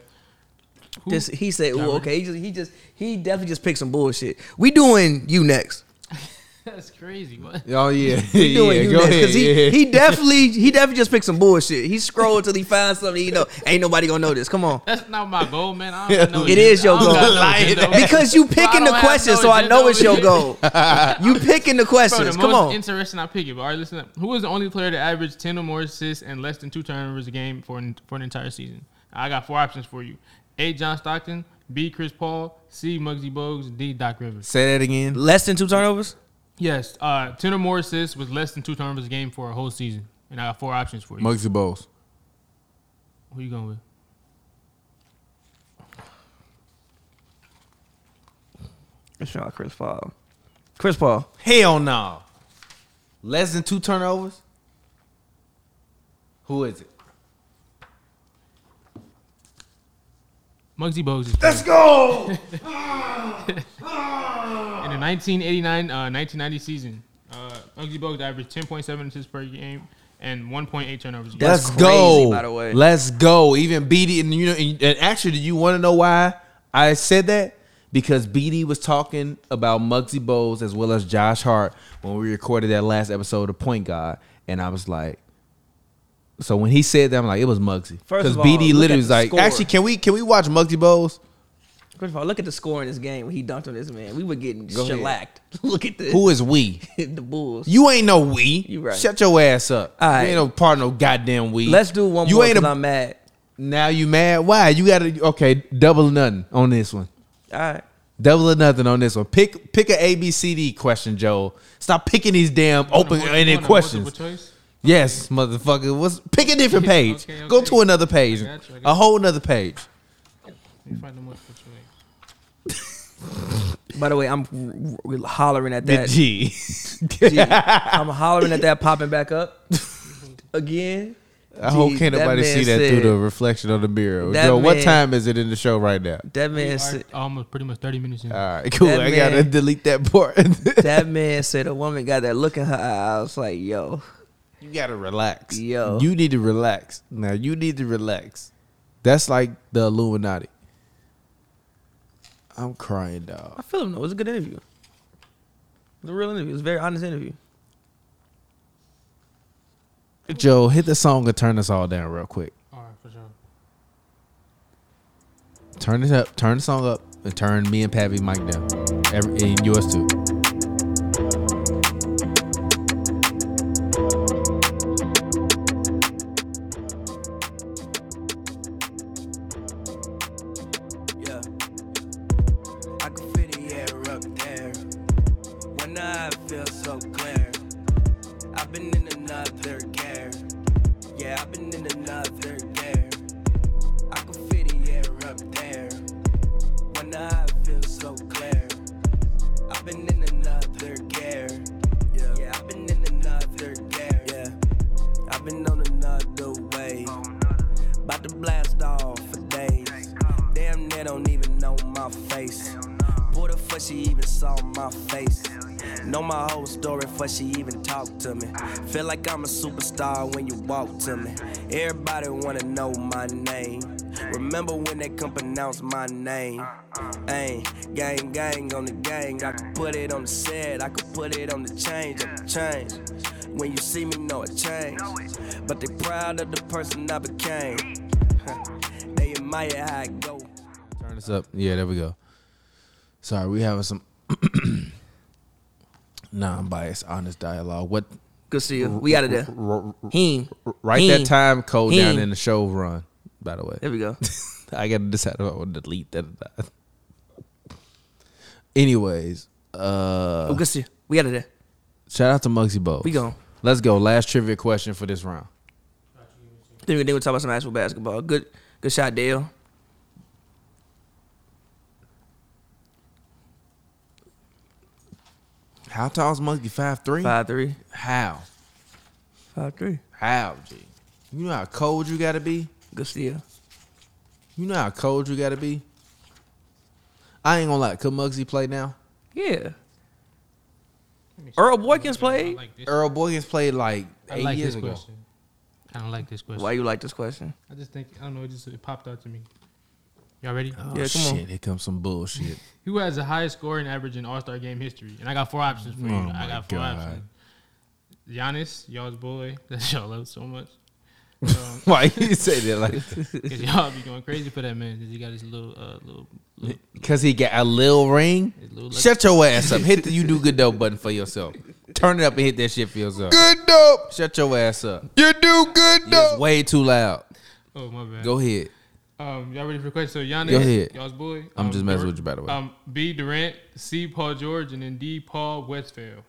S4: Who-
S2: This he said.
S4: Cameron?
S2: Ooh, okay. He just he just he definitely just picked some bullshit. We doing you next.
S4: That's crazy. What?
S3: Oh yeah.
S2: We doing
S3: yeah.
S2: you
S3: Go
S2: next
S3: ahead.
S2: he
S3: yeah.
S2: he definitely he definitely just picked some bullshit. He scrolled till he finds something. He know ain't nobody gonna know this. Come on.
S4: That's not my goal, man. I don't know.
S2: It is your goal.
S3: Lying
S2: Because you picking the question, so I know it's your goal. You picking the
S4: Bro, the
S2: questions. Come
S4: most
S2: on.
S4: interesting I pick it. But all right, listen up. Who was the only player to average ten or more assists and less than two turnovers a game for an, for an entire season? I got four options for you: A. John Stockton, B. Chris Paul, C. Muggsy Bogues, D. Doc Rivers.
S3: Say that again.
S2: Less than two turnovers.
S4: Yes, uh, ten or more assists with less than two turnovers a game for a whole season, and I got four options for you.
S3: Muggsy Bowles.
S4: Who you going with?
S2: It's not Chris Paul. Chris Paul.
S3: Hell no. Less than two turnovers? Who is it?
S4: Muggsy Bogues is
S3: Let's go!
S4: In the 1989-1990 season, uh, Muggsy Bogues averaged 10.7 assists per game and 1.8 turnovers. a game.
S2: That's
S3: Let's
S2: crazy,
S3: go.
S2: by the way.
S3: Let's go. Even BD and you know and, and actually do you want to know why I said that? Because BD was talking about Muggsy Bowles as well as Josh Hart when we recorded that last episode of Point Guard and I was like so when he said that I'm like it was Muggsy.
S2: First
S3: Cuz
S2: of all,
S3: BD
S2: look at
S3: literally was
S2: the
S3: like
S2: score.
S3: actually can we can we watch Muggsy Bowles?
S2: First of all, look at the score in this game when he dunked on this man. We were getting
S3: Go ahead.
S2: shellacked. look at this.
S3: Who is we?
S2: the Bulls.
S3: You ain't no we.
S2: You right.
S3: Shut your ass up.
S2: All right.
S3: You ain't no part of no goddamn we.
S2: Let's do one
S3: you
S2: more
S3: Ain't
S2: because
S3: a,
S2: I'm mad.
S3: now you mad? Why? You gotta okay, double or nothing on this one.
S2: All right.
S3: Double or nothing on this one. Pick pick a A B C D question, Joel. Stop picking these damn open
S4: Multiple-
S3: ended
S4: multiple
S3: questions.
S4: choice?
S3: Yes, motherfucker. What's pick a different page.
S4: Okay,
S3: Go
S4: okay.
S3: to another page.
S4: I got you, I got
S3: A whole nother page.
S4: Let me find the multiple choice.
S2: By the way, I'm r- r- hollering at that.
S3: G.
S2: Gee, I'm hollering at that popping back up again.
S3: I hope
S2: Gee,
S3: can't
S2: that
S3: nobody
S2: man
S3: see that
S2: said-
S3: through the reflection of the mirror.
S2: That
S3: Joe, what
S2: man-
S3: time is it in the show right now?
S2: That man
S4: We
S2: said.
S4: are almost pretty much 30 minutes in.
S3: All right, cool.
S2: That
S3: I gotta
S2: man-
S3: delete that part.
S2: That man said a woman got that look in her eye. I was like, yo,
S3: You gotta relax.
S2: Yo.
S3: You need to relax. Now you need to relax. That's like the Illuminati. I'm crying,
S2: I
S3: dog.
S2: feel him though. It was a good interview. It was a real interview. It was a very honest interview.
S3: Joe, hit the song and turn us all down real quick.
S4: All right, for sure.
S3: Turn it up. Turn the song up and turn me and Pappy Mike down. Every, and yours too.
S1: Yeah. I can feel the air up there. When I feel so clear. I've been in another care. Yeah, I've been in another care. I can feel the air up there. When I feel so clear. I've been in another care. Yeah, I've been in another care. Yeah. it's on my face. Know my whole story before she even talked to me. Feel like I'm a superstar when you walk to me. Everybody wanna know my name. Remember when they couldn't pronounce my name? Ain't gang gang on the gang. I could put it on the set, I could put it on the change, on the change. When you see me, know it changed. But they proud of the person I became. they admire how I go.
S3: Turn this up. Yeah, there we go. Sorry, we having some non-biased, honest dialogue. What?
S2: Good see you. We out of there.
S3: R- r-
S2: Heen.
S3: write
S2: Heen.
S3: that time code down
S2: Heen.
S3: in the show run. By the way,
S2: There we go.
S3: I gotta decide if I want to delete that or not. Anyways, uh,
S2: Good see you. We out of there.
S3: shout out to Muggsy Bogues.
S2: We gone.
S3: Let's go. Last trivia question for this round.
S2: Then we then we talk about some actual basketball. Good good shot, Dale.
S3: How tall is Muggsy? Five three.
S2: Five three.
S3: How?
S2: Five three.
S3: How? G? You know how cold you gotta be.
S2: Good steal.
S3: You know how cold you gotta be. I ain't gonna lie. Could Muggsy play now?
S2: Yeah. Earl Boykins
S4: I
S2: played.
S4: like this.
S3: Earl Boykins played like
S4: I
S3: eight
S4: like
S3: years
S4: this
S3: ago.
S4: question. I don't like this question.
S2: Why you like this question?
S4: I just think I don't know. It just it popped out to me. Y'all ready?
S3: Oh
S2: Yeah, come on.
S3: shit! Here comes some bullshit.
S4: Who has the highest scoring average in All Star game history? And I got four options for you.
S3: Oh my
S4: I got four
S3: God.
S4: options. Giannis, y'all's boy that y'all love so much. Um,
S3: Why you say that? Like,
S4: 'cause y'all be going crazy for that man because he got his little, uh, little, little,
S3: cause he got a little ring.
S4: his little
S3: Shut your ass up. Hit the you do good dope button for yourself. Turn it up and hit that shit for yourself. Good dope. Shut your ass up. You do good dope. It's way too loud.
S4: Oh my bad.
S3: Go ahead.
S4: Um, y'all ready for the question? So Giannis,
S3: Go ahead.
S4: y'all's boy.
S3: I'm
S4: um,
S3: just messing
S4: Dur-
S3: with you, by the way.
S4: Um, B Durant, C Paul George, and then D Paul Westphal.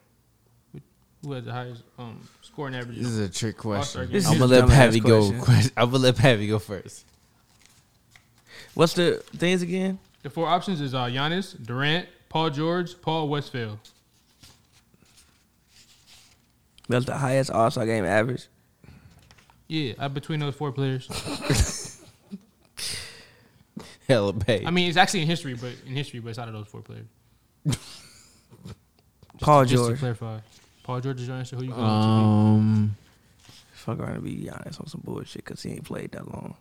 S4: Who has the highest um scoring average?
S3: This is a trick
S4: All-star
S3: question.
S4: game. This
S3: I'm
S2: is
S3: gonna
S2: a
S3: let
S2: dumbass
S3: Pappy go.
S2: question.
S3: Question. I'm gonna let Pappy go first.
S2: What's the things again?
S4: The four options is uh Giannis, Durant, Paul George, Paul Westphal.
S2: That's the highest All Star game average.
S4: Yeah, uh, between those four players.
S3: Hella Pappy.
S4: I mean, it's actually in history, but in history, but it's out of those four players.
S2: Paul
S4: Just to
S2: George.
S4: clarify, Paul George is your answer. Who you going to
S3: Um.
S2: Fuck around and be honest on some bullshit because he ain't played that long.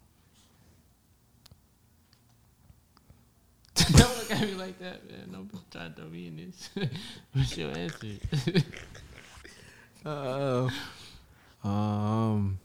S4: be? Don't look at me like that, man. Don't be trying to throw me in this. What's your answer?
S3: Um.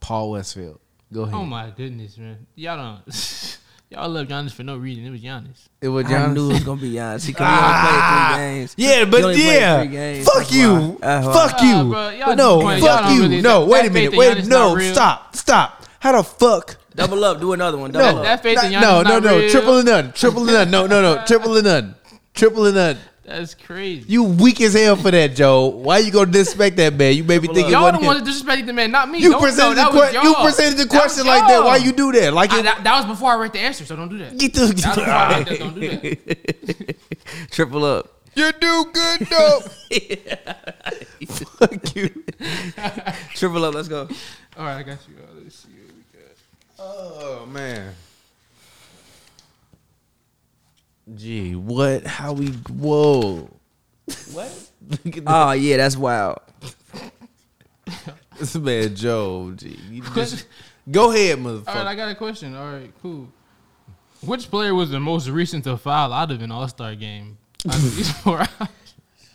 S3: Paul Westfield. Go ahead.
S4: oh my goodness, man. Y'all don't. Y'all love Giannis for no reason. It was Giannis.
S3: It was
S2: I
S3: Giannis.
S2: knew it was gonna be Giannis. He could
S3: Ah!
S2: only play three games.
S3: Yeah,
S2: He
S3: but
S2: only played
S3: yeah,
S2: three games.
S3: fuck
S2: That's
S3: you,
S2: why. That's why.
S3: fuck you,
S4: Nah, bro, y'all
S3: no,
S4: just playing. Y'all
S3: fuck
S4: don't
S3: you,
S4: really-
S3: no.
S4: that-
S3: Wait a
S4: that
S3: minute,
S4: faith in
S3: wait,
S4: Giannis
S3: no,
S4: not real.
S3: stop, stop. How the fuck?
S2: Double up, do another one. Double
S3: No,
S2: up.
S4: That faith in
S3: not-
S4: Giannis
S3: no, no,
S4: not
S3: no,
S4: real.
S3: triple and none, triple and none, no, no, no, triple and none, triple and none.
S4: That's crazy.
S3: You weak as hell for that, Joe. Why you gonna disrespect that man? You made me think it
S4: Y'all
S3: wasn't
S4: the ones
S3: him.
S4: that disrespected the man, not me.
S3: You
S4: Don't-
S3: presented
S4: no,
S3: the
S4: that was
S3: que- you
S4: y'all.
S3: presented the
S4: That was
S3: question like that.
S4: y'all.
S3: Why you do that? Like
S4: I,
S3: it,
S4: that, that was before I read the answer, so don't do that.
S3: get the,
S4: That was before I read that. Don't do that.
S2: Triple up.
S3: you do good, dope. fuck you.
S2: Triple up. Let's go.
S4: All right, I got you. Uh, Let's see what we got.
S3: Oh man. Gee, what? How we? Whoa.
S2: What?
S3: Look at
S2: Oh yeah, that's wild.
S3: this man, Joe. Gee, you just- go ahead,
S4: All right, I
S3: motherfucker.
S4: got a question. All right, cool. Which player was the most recent to foul out of an All Star game? Out of these four options.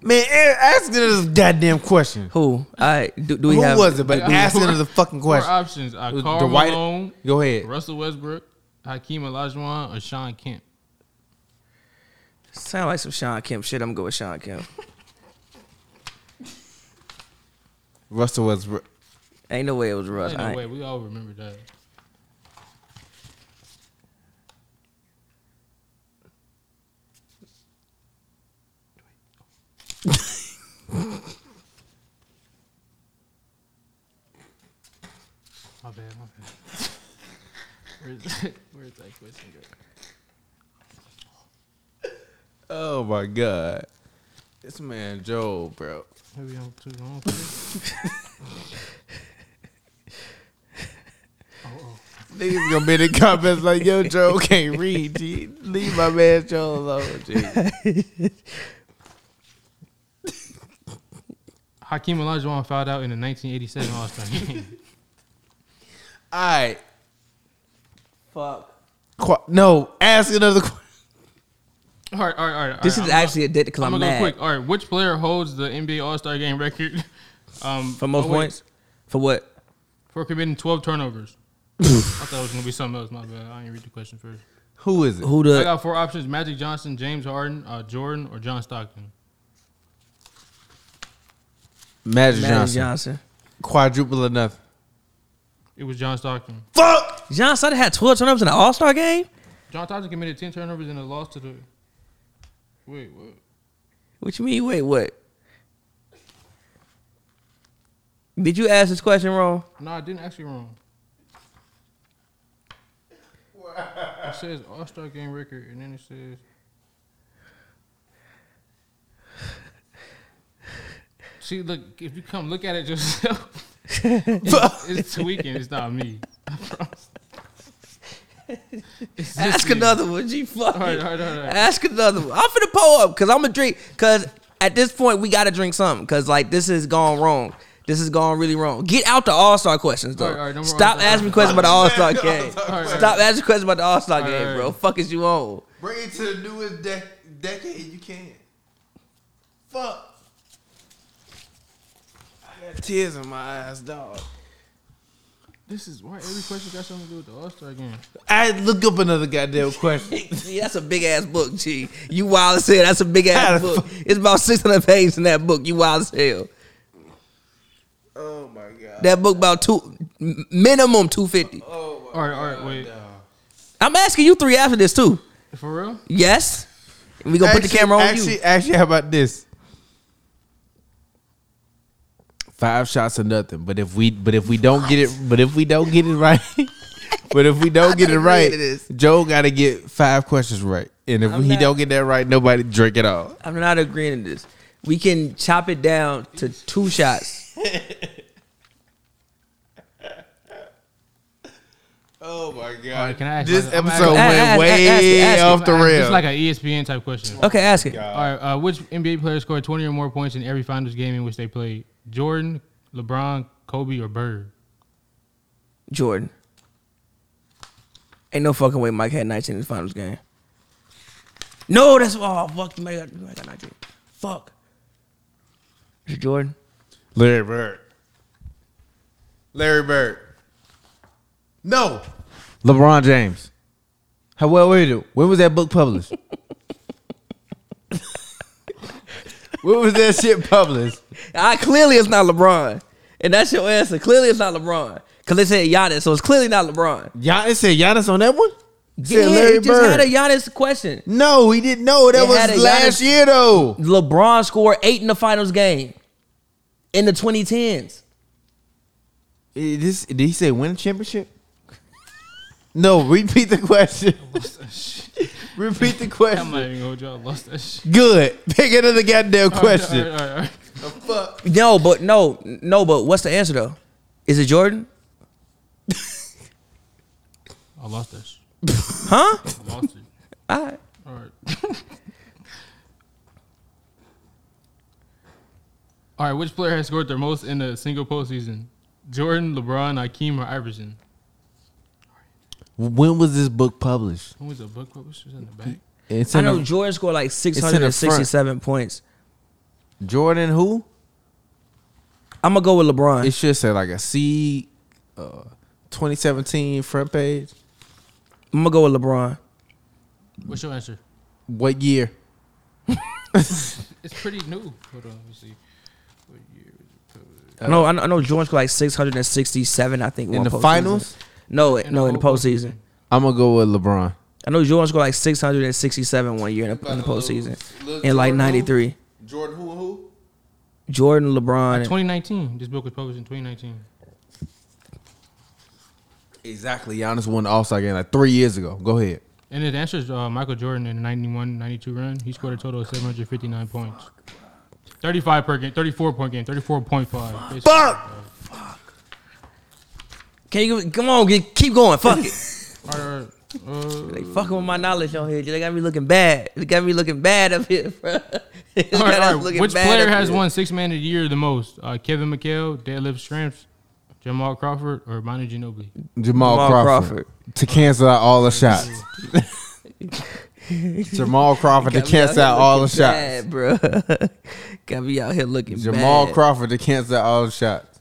S3: Man, a- asking this goddamn question.
S2: Who? All right. Do, do we
S3: Who
S2: have?
S3: was it? But
S4: Yeah,
S3: asking
S4: four-
S3: the fucking
S4: Four
S3: question.
S4: options: uh,
S3: was
S4: Carl
S3: Dwight-
S4: Malone,
S3: Go ahead.
S4: Russell Westbrook, Hakeem Olajuwon, or Sean Kemp.
S2: Sound like some Sean Kemp shit. I'm gonna go with Sean Kemp.
S3: Russell Westbrook.
S2: Ain't no way it was Russ.
S4: Ain't no
S2: I ain't-
S4: way. We all remember that. my bad. My bad. Where's that, where's that question go?
S3: Oh my god. This man, Joe, bro.
S4: Maybe I'm too long. For this. oh, oh.
S3: Niggas gonna be in the comments like, yo, Joe can't read. G. Leave my man Joe alone. G.
S4: Hakeem Olajuwon fouled out in the 1987 All Star game.
S3: All right.
S2: Fuck.
S3: Qu- no, ask another question.
S4: all right, all right, all right.
S2: This
S4: all
S2: is
S4: right, I'm
S2: actually a dick because I'm,
S4: gonna- I'm gonna
S2: mad.
S4: go quick. All right, which player holds the NBA All Star game record? Um,
S2: For most
S4: oh, wait,
S2: points? For what?
S4: for committing 12 turnovers. I thought it was gonna be something else. My bad. I didn't read the question first.
S3: Who is it?
S2: Who
S4: I
S2: the
S4: got four options: Magic Johnson, James Harden, uh, Jordan, or John Stockton.
S2: Magic
S3: Magic, Johnson.
S2: Johnson. Johnson?
S3: Quadruple or nothing.
S4: It was John Stockton.
S3: Fuck!
S2: John Stockton had 12 turnovers in an All Star game.
S4: John Stockton committed 10 turnovers and a loss to the. Wait, what?
S2: What you mean? Wait, what? Did you ask this question wrong?
S4: No, I didn't actually wrong. It says All Star game record, and then it says. See, look, if you come look at it yourself, it's, it's tweaking. It's not me. I promise. It's just
S2: Ask
S4: me.
S2: another one. G fuck.
S4: All right,
S2: it.
S4: all right, all right.
S2: Ask another one. I'm finna pull up because I'm gonna drink. Because at this point we gotta drink something. Because like this has gone wrong. This has gone really wrong. Get out the All Star questions though.
S4: All right, all right, no more
S2: Stop
S4: All-Star
S2: asking me questions about the All Star game.
S4: All right, all right.
S2: Stop asking questions about the All Star
S4: All right, all
S2: game,
S4: right.
S2: bro. Fuck is you on?
S3: Bring it to the newest dec- decade you can. Fuck. I got tears in my eyes, dog.
S4: This is why every question got something to do with the All Star game.
S3: I had to look up another goddamn question.
S2: Gee, that's a big ass book, G. You wild as hell. That's a big ass
S3: How the
S2: book. It's about 600 pages in that book. You wild as hell.
S3: oh my god.
S2: That book about two m- minimum 250.
S3: Oh
S4: All right, all right, wait.
S2: I'm asking you three after this too.
S4: For real?
S2: Yes. We gonna put the camera on
S3: actually,
S2: you.
S3: Actually, how about this? Five shots or nothing. But if we, but if we don't get it, but if we don't get it right, but if we don't get it
S2: agree
S3: right,
S2: to this.
S3: Joe got to get five questions right. And if
S2: I'm
S3: he
S2: not-
S3: don't get that right, nobody drink at all.
S2: I'm not agreeing to this. We can chop it down to two shots.
S3: Oh my god!
S4: right, can I ask
S3: this
S4: my- I'm
S2: asking-
S3: episode went
S2: Ask- ask-
S3: way
S2: ask it, ask it.
S3: off the rail.
S4: It's like E an ESPN type question.
S2: Okay, ask it.
S4: All right, uh, which NBA player scored 20 or more points in every finals game in which they played? Jordan, LeBron, Kobe, or Bird?
S2: Jordan. Ain't no fucking way Mike had 19 in his finals game. No, that's oh fuck you might got, you might got 19. Fuck. Is it Jordan?
S3: Larry Bird. Larry Bird. No. LeBron James. How well were you? When was that book published? when was that shit published?
S2: I clearly it's not LeBron. And that's your answer. Clearly it's not LeBron. Cause they said Giannis, so it's clearly not LeBron.
S3: Giannis said Giannis on that one?
S2: Yeah, he just had a Giannis question.
S3: no, he didn't know. That
S2: They had a
S3: was last
S2: Giannis-
S3: year though.
S2: LeBron scored eight in the finals game in the 2010s.
S3: Eh, this- did he say win a championship? No, repeat the question. repeat the
S4: I'm not
S3: question.
S4: even going to hold y'all. lost that shit.
S3: Good. Pick another goddamn
S2: Oh,
S4: All
S3: question.
S4: right, all right, all right.
S3: Fuck.
S2: No, but no, no, but what's the answer though? Is it Jordan?
S4: I lost this.
S2: Huh?
S4: I lost it.
S2: All right.
S4: All right. all right, which player has scored the most in a single postseason? Jordan, LeBron, Hakeem, or Iverson?
S3: When was this book published?
S4: Who was the book publisher in the back?
S3: It's
S2: I
S3: in
S2: know
S3: the-
S2: Jordan scored like
S3: the
S2: 667 points.
S3: Jordan who?
S2: I'm gonna go with LeBron.
S3: It should say like a C uh, 2017 front page.
S2: I'm gonna go with LeBron.
S4: What's your answer?
S3: What year?
S4: It's pretty new. Hold on, let me see. What year was it published?
S2: I know, I know, I know Jordan scored like 667. I think
S3: In
S2: one
S3: the
S2: postseason.
S3: finals?
S2: No,
S4: In
S2: no, in the
S4: whole
S2: postseason.
S3: I'm gonna go with LeBron.
S2: I know Jordan scored like 667 one year in the, in the
S3: Uh,
S2: postseason, in like '93.
S3: Jordan who and who?
S2: Jordan, LeBron, and-
S4: 2019. This book was published in 2019.
S3: Exactly. Giannis won the All Star game like three years ago. Go ahead.
S4: And it answers uh, Michael Jordan in the 91 92 run. He scored a total of 759 points. 35 per game, 34 point game, 34.5. Basically,
S3: Fuck!
S4: uh,
S2: Can you come on? Get, keep going. Fuck it.
S4: All right, all right. Uh,
S2: They fucking with my knowledge on here. They got me looking bad. They got me looking bad up here, bro. They got
S4: All right,
S2: us
S4: all right.
S2: looking
S4: Which
S2: bad
S4: player
S2: up
S4: has
S2: here.
S4: won six man of the year the most? Uh, Kevin McHale, Deadlift Shrimps, Jamal Crawford, or Manu Ginobili?
S3: Jamal,
S2: Jamal
S3: Crawford,
S2: Crawford.
S3: to cancel out all the shots. Jamal Crawford to
S2: Got me out
S3: cancel
S2: here
S3: out all the
S2: looking
S3: shots.
S2: bad, bro. got me out here looking
S3: Jamal
S2: bad.
S3: Crawford to cancel out all the shots.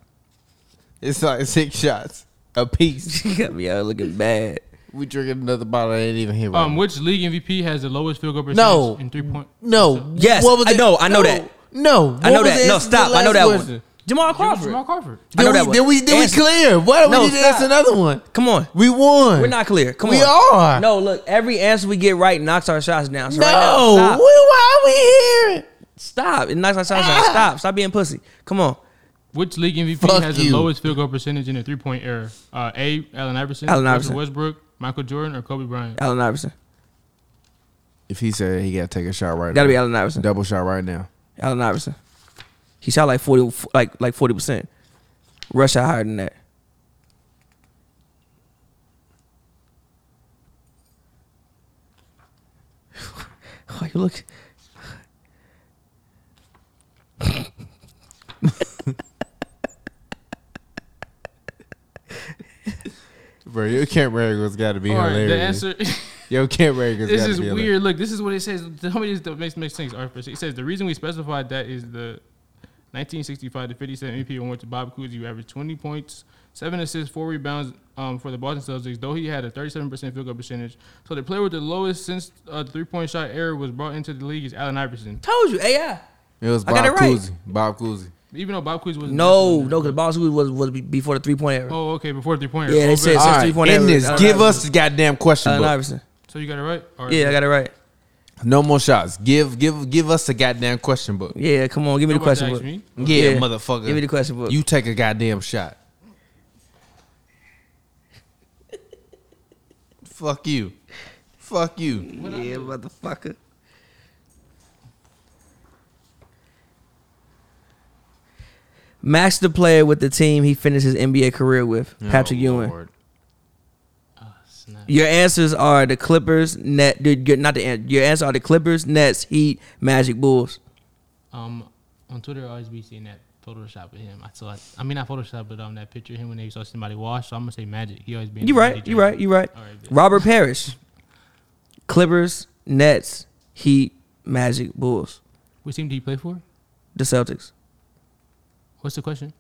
S3: It's like six shots a piece.
S2: got me out here looking bad.
S3: we drinking another bottle. I ain't even here.
S4: Um, which league MVP has the lowest field goal percentage
S3: No.
S4: in three point?
S3: no.
S2: Yes,
S3: What was
S2: I
S3: it?
S2: know, I know
S3: No,
S2: that.
S3: No,
S2: I
S3: What
S2: know
S3: was
S2: that.
S3: it?
S2: No,
S3: It's
S2: stop.
S3: the
S2: I know
S3: last
S2: that
S3: question.
S2: one. Jamal Crawford.
S4: Jamal Crawford.
S2: I know
S3: Then
S2: that
S3: we,
S2: one.
S3: then we, then we
S2: Answer.
S3: clear. Why
S2: No,
S3: we just
S2: stop.
S3: ask another one?
S2: Come on.
S3: We won.
S2: We're not clear. Come
S3: We
S2: on.
S3: are.
S2: No, look. Every answer we get right knocks our shots down. So
S3: No.
S2: right now, stop.
S3: we, why are we here?
S2: Stop. It knocks our shots down. Stop. Stop being pussy. Come on.
S4: Which league MVP
S3: Fuck
S4: has
S3: you.
S4: the lowest field goal percentage in the three point era? Uh, A. Allen Iverson,
S2: Allen
S4: Russell
S2: Iverson.
S4: Westbrook, Michael Jordan, or Kobe Bryant?
S2: Allen Iverson.
S3: If he said he got to take a shot right
S2: Gotta be
S3: now.
S2: Allen Iverson.
S3: Double shot right now.
S2: Allen Iverson. He shot like forty, like like forty percent. Rush shot higher than that. Why you look?
S3: Bro, your Kent Regal's got to be
S4: All right, the
S3: hilarious.
S4: answer.
S3: Yo, Kent Regal's
S4: this
S3: got to
S4: is
S3: be
S4: weird.
S3: hilarious.
S4: Look, this is what it says. Tell me this makes makes sense. All right, first, It says the reason we specified that is the 1965 to 57 MVP award to Bob Cousy, who averaged 20 points, seven assists, four rebounds um, for the Boston Celtics. Though he had a 37% field goal percentage, so the player with the lowest since uh, the three-point shot error was brought into the league is Allen Iverson.
S2: Told you, AI.
S3: It was
S2: I
S3: Bob
S2: got it right.
S3: Cousy. Bob Cousy.
S4: Even though Bob Cousy was
S2: No, no, because Boss was was be- before the three point era.
S4: Oh, okay. Before the three-pointer.
S2: Yeah, they
S4: Oh,
S2: said-
S4: but-
S2: All
S3: All
S2: right,
S3: right,
S2: 64
S3: in
S2: Allen
S3: this,
S2: Iverson.
S3: give us the goddamn question
S2: Allen
S3: book.
S2: Iverson.
S4: So you got it right. All right.
S2: Yeah, I got it right.
S3: No more shots. Give, give, give us the goddamn question book.
S2: Yeah, come on, give me the
S4: Nobody
S2: question
S4: asked
S2: book.
S4: me.
S3: Yeah,
S2: Yeah.
S3: motherfucker.
S2: Give me the question book.
S3: You take a goddamn shot. Fuck you. Fuck you.
S2: yeah, motherfucker. Match the player with the team he finished his NBA career with.
S3: Oh,
S2: Patrick Ewing.
S4: Ah, snap.
S2: Your answers are the Clippers, Net. dude, Your, not the an- your answer are the Clippers, Nets, Heat, Magic, Bulls.
S4: Um, on Twitter, I always be seeing that Photoshop of him. I saw, I mean, not Photoshop, but um, that picture of him when they saw somebody wash. So I'm gonna say Magic. He always been.
S2: You right. You right. You right.
S4: All right, bitch.
S2: Robert Parrish, Clippers, Nets, Heat, Magic, Bulls,
S4: What team do you play for?
S2: the Celtics.
S4: What's the question?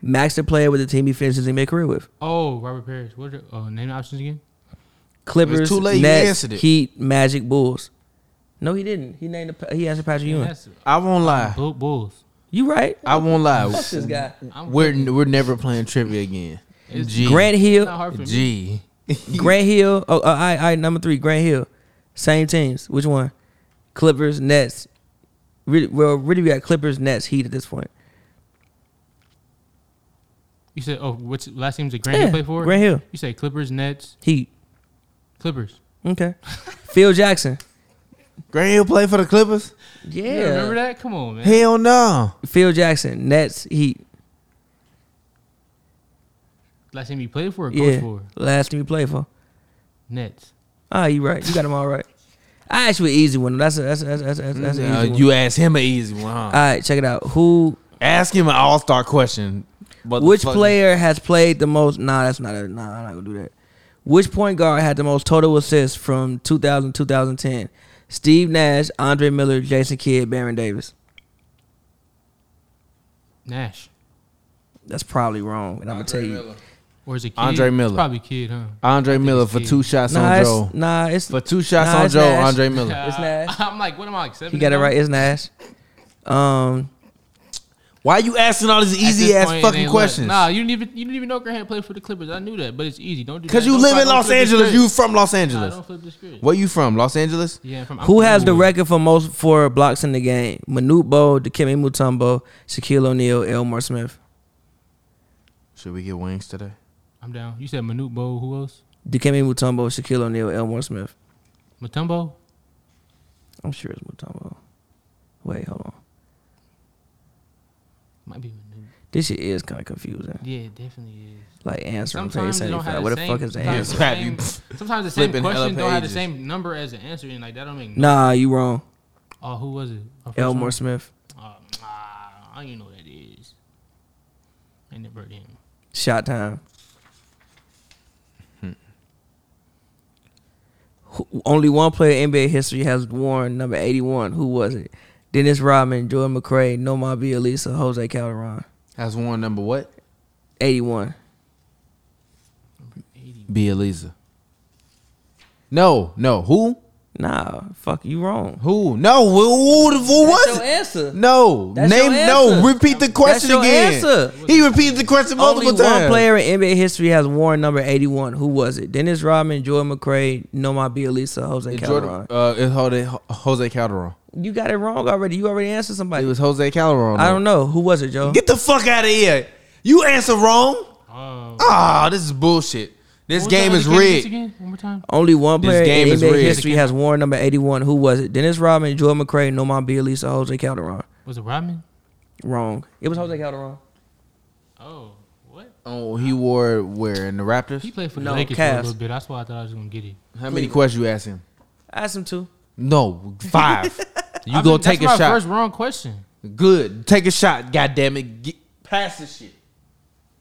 S2: Max the player with the team he finished his NBA career with.
S4: Oh, Robert Parrish. What? Are, oh, name the options again.
S2: Clippers,
S3: too late, you
S2: Nets,
S3: answered it.
S2: Heat, Magic, Bulls. No, he didn't. He named. The, he answered Patrick Ewing.
S4: That's
S3: I won't lie.
S4: Bull- Bulls.
S2: You right.
S3: I won't lie.
S2: Fuck this guy.
S4: I'm
S3: We're we're never playing trivia again.
S4: It's
S3: G.
S2: Grant
S4: It's not
S2: Hill.
S4: hard for me.
S3: G.
S2: Grant Hill. Oh, uh, I, I number three. Grant Hill. Same teams. Which one? Clippers, Nets. Really, well, really, we got Clippers, Nets, Heat at this point.
S4: You said, oh, what's last team's that Grant
S2: Yeah,
S4: you play for?
S2: Grant Hill.
S4: You say Clippers, Nets,
S2: Heat.
S4: Clippers.
S2: Okay. Phil Jackson.
S3: Grant Hill play for the Clippers?
S2: Yeah.
S4: You don't remember that? Come on, man.
S3: Hell no.
S2: Phil Jackson, Nets, Heat.
S4: Last team you played for or coached
S2: Yeah.
S4: for?
S2: Last team you played for.
S4: Nets.
S2: Ah, you right. You got them all right. I asked you an easy one. That's a, that's a, that's a, that's, a, that's an
S3: Uh,
S2: easy one.
S3: you ask him an easy one, huh?
S2: all right, check it out. Who?
S3: ask him an all star question.
S2: Which
S3: motherfucker.
S2: player has played the most? Nah, that's not. A, nah, I'm not gonna do that. Which point guard had the most total assists from 2000 2010? Steve Nash, Andre Miller, Jason Kidd, Baron Davis.
S4: Nash.
S2: That's probably wrong, and I'm gonna tell you.
S4: Or is it kid?
S3: Andre Miller.
S4: It's probably kid, huh?
S3: Andre Miller for
S4: Steve.
S3: two shots
S2: Nah,
S3: on
S2: it's,
S3: Joe.
S2: nah, it's
S3: For two shots
S2: nah,
S3: on
S2: it's
S3: Joe,
S2: Nash.
S3: Andre Miller.
S2: It's Nash.
S4: I'm like, what am I? Like seven
S2: He got it
S4: now?
S2: right. It's Nash. Um,
S3: Why you asking all these
S4: At this
S3: easy ass
S4: point, it ain't
S3: fucking
S4: look.
S3: questions?
S4: Nah, you didn't even you didn't even know Graham played for the Clippers. I knew that, but it's easy. Don't do
S3: Cause
S4: that.
S3: you
S4: Don't
S3: live
S4: fi-
S3: in
S4: don't
S3: Los
S4: flip the
S3: Angeles.
S4: script.
S3: You from Los
S4: Nah,
S3: Angeles.
S4: don't flip the script.
S3: Where you from? Los Angeles?
S4: Yeah, from
S2: Who has the
S4: Ooh.
S2: record for most for blocks in the game? Manute Bo, Dikembe Mutombo, Shaquille O'Neal, Elmar Smith.
S3: Should we get wings today?
S4: I'm down. You said Manute Bo. Who else?
S2: Dikembe Mutombo, Shaquille O'Neal, Elmar Smith.
S4: Matumbo.
S2: I'm sure it's Mutombo. Wait, hold on.
S4: Might be Manu.
S2: This shit is kind of confusing.
S4: Yeah, it definitely is.
S2: Like answer on page
S4: Sometimes they don't
S2: 75.
S4: have the
S2: What the
S4: same.
S2: fuck is the
S4: sometimes
S2: answer?
S4: the
S3: Crap,
S4: same-
S3: you
S4: Sometimes the same
S3: flipping hella
S4: question don't have the
S3: pages.
S4: same number as the answer, and like that don't make. No.
S2: Nah, you wrong.
S4: Oh, who was it? Our first
S2: Elmore
S4: one?
S2: Smith.
S4: Oh, ah, I don't even know who that is. And the bird him.
S2: Shot time. Who- Only one player in NBA history has worn number 81. Who was it? Dennis Rodman, Jordan McRae, Nomar Bielisa, Jose Calderon.
S3: Has one number what?
S2: 81.
S4: Eighty.
S3: Be Eliza. No, no. Who?
S2: Nah, fuck you wrong.
S3: Who? No. Who, who, who
S2: That's
S3: was
S2: your
S3: it?
S2: answer.
S3: No.
S2: That's
S3: Name.
S2: your
S3: No.
S2: answer.
S3: Repeat the question
S2: your
S3: again.
S2: answer.
S3: He repeated the question multiple
S2: Only
S3: times.
S2: one player in NBA history has worn number 81. Who was it? Dennis Rodman, Jordan McRae, Nomar Bielisa, Jose
S3: It's
S2: Calderon.
S3: Jordan, uh, it's Jose, Jose Calderon.
S2: You got it wrong already. You already answered
S3: It
S2: somebody.
S3: was Jose Calderon.
S2: I don't know. Who was it, Joe?
S3: Get the fuck out of here. You answer wrong.
S4: Oh.
S3: Ah, this is bullshit. This
S4: What was
S3: game
S4: that
S3: is
S4: other kid
S3: rigged.
S4: again? One more time.
S2: Only one
S3: This
S2: player
S3: game
S2: in
S3: is
S2: NBA
S3: rigged.
S2: history has worn number 81. Who was it? Dennis Rodman, Jordan McRae, Nomar Bielisa, Jose Calderon.
S4: Was it Rodman?
S2: Wrong. It was Jose Calderon.
S4: Oh, what?
S3: Oh, he wore where in the
S4: He
S3: Raptors?
S4: played for the
S2: No,
S4: Lakers for a
S2: Cavs.
S4: little bit. That's why I thought I was gonna get it.
S3: How many questions you asked him?
S2: Ask him to.
S3: No, five. you
S4: I
S3: go
S4: mean,
S3: take a
S4: that's
S3: shot.
S4: my First wrong question.
S3: Good, take a shot. God damn it, Get, pass this shit.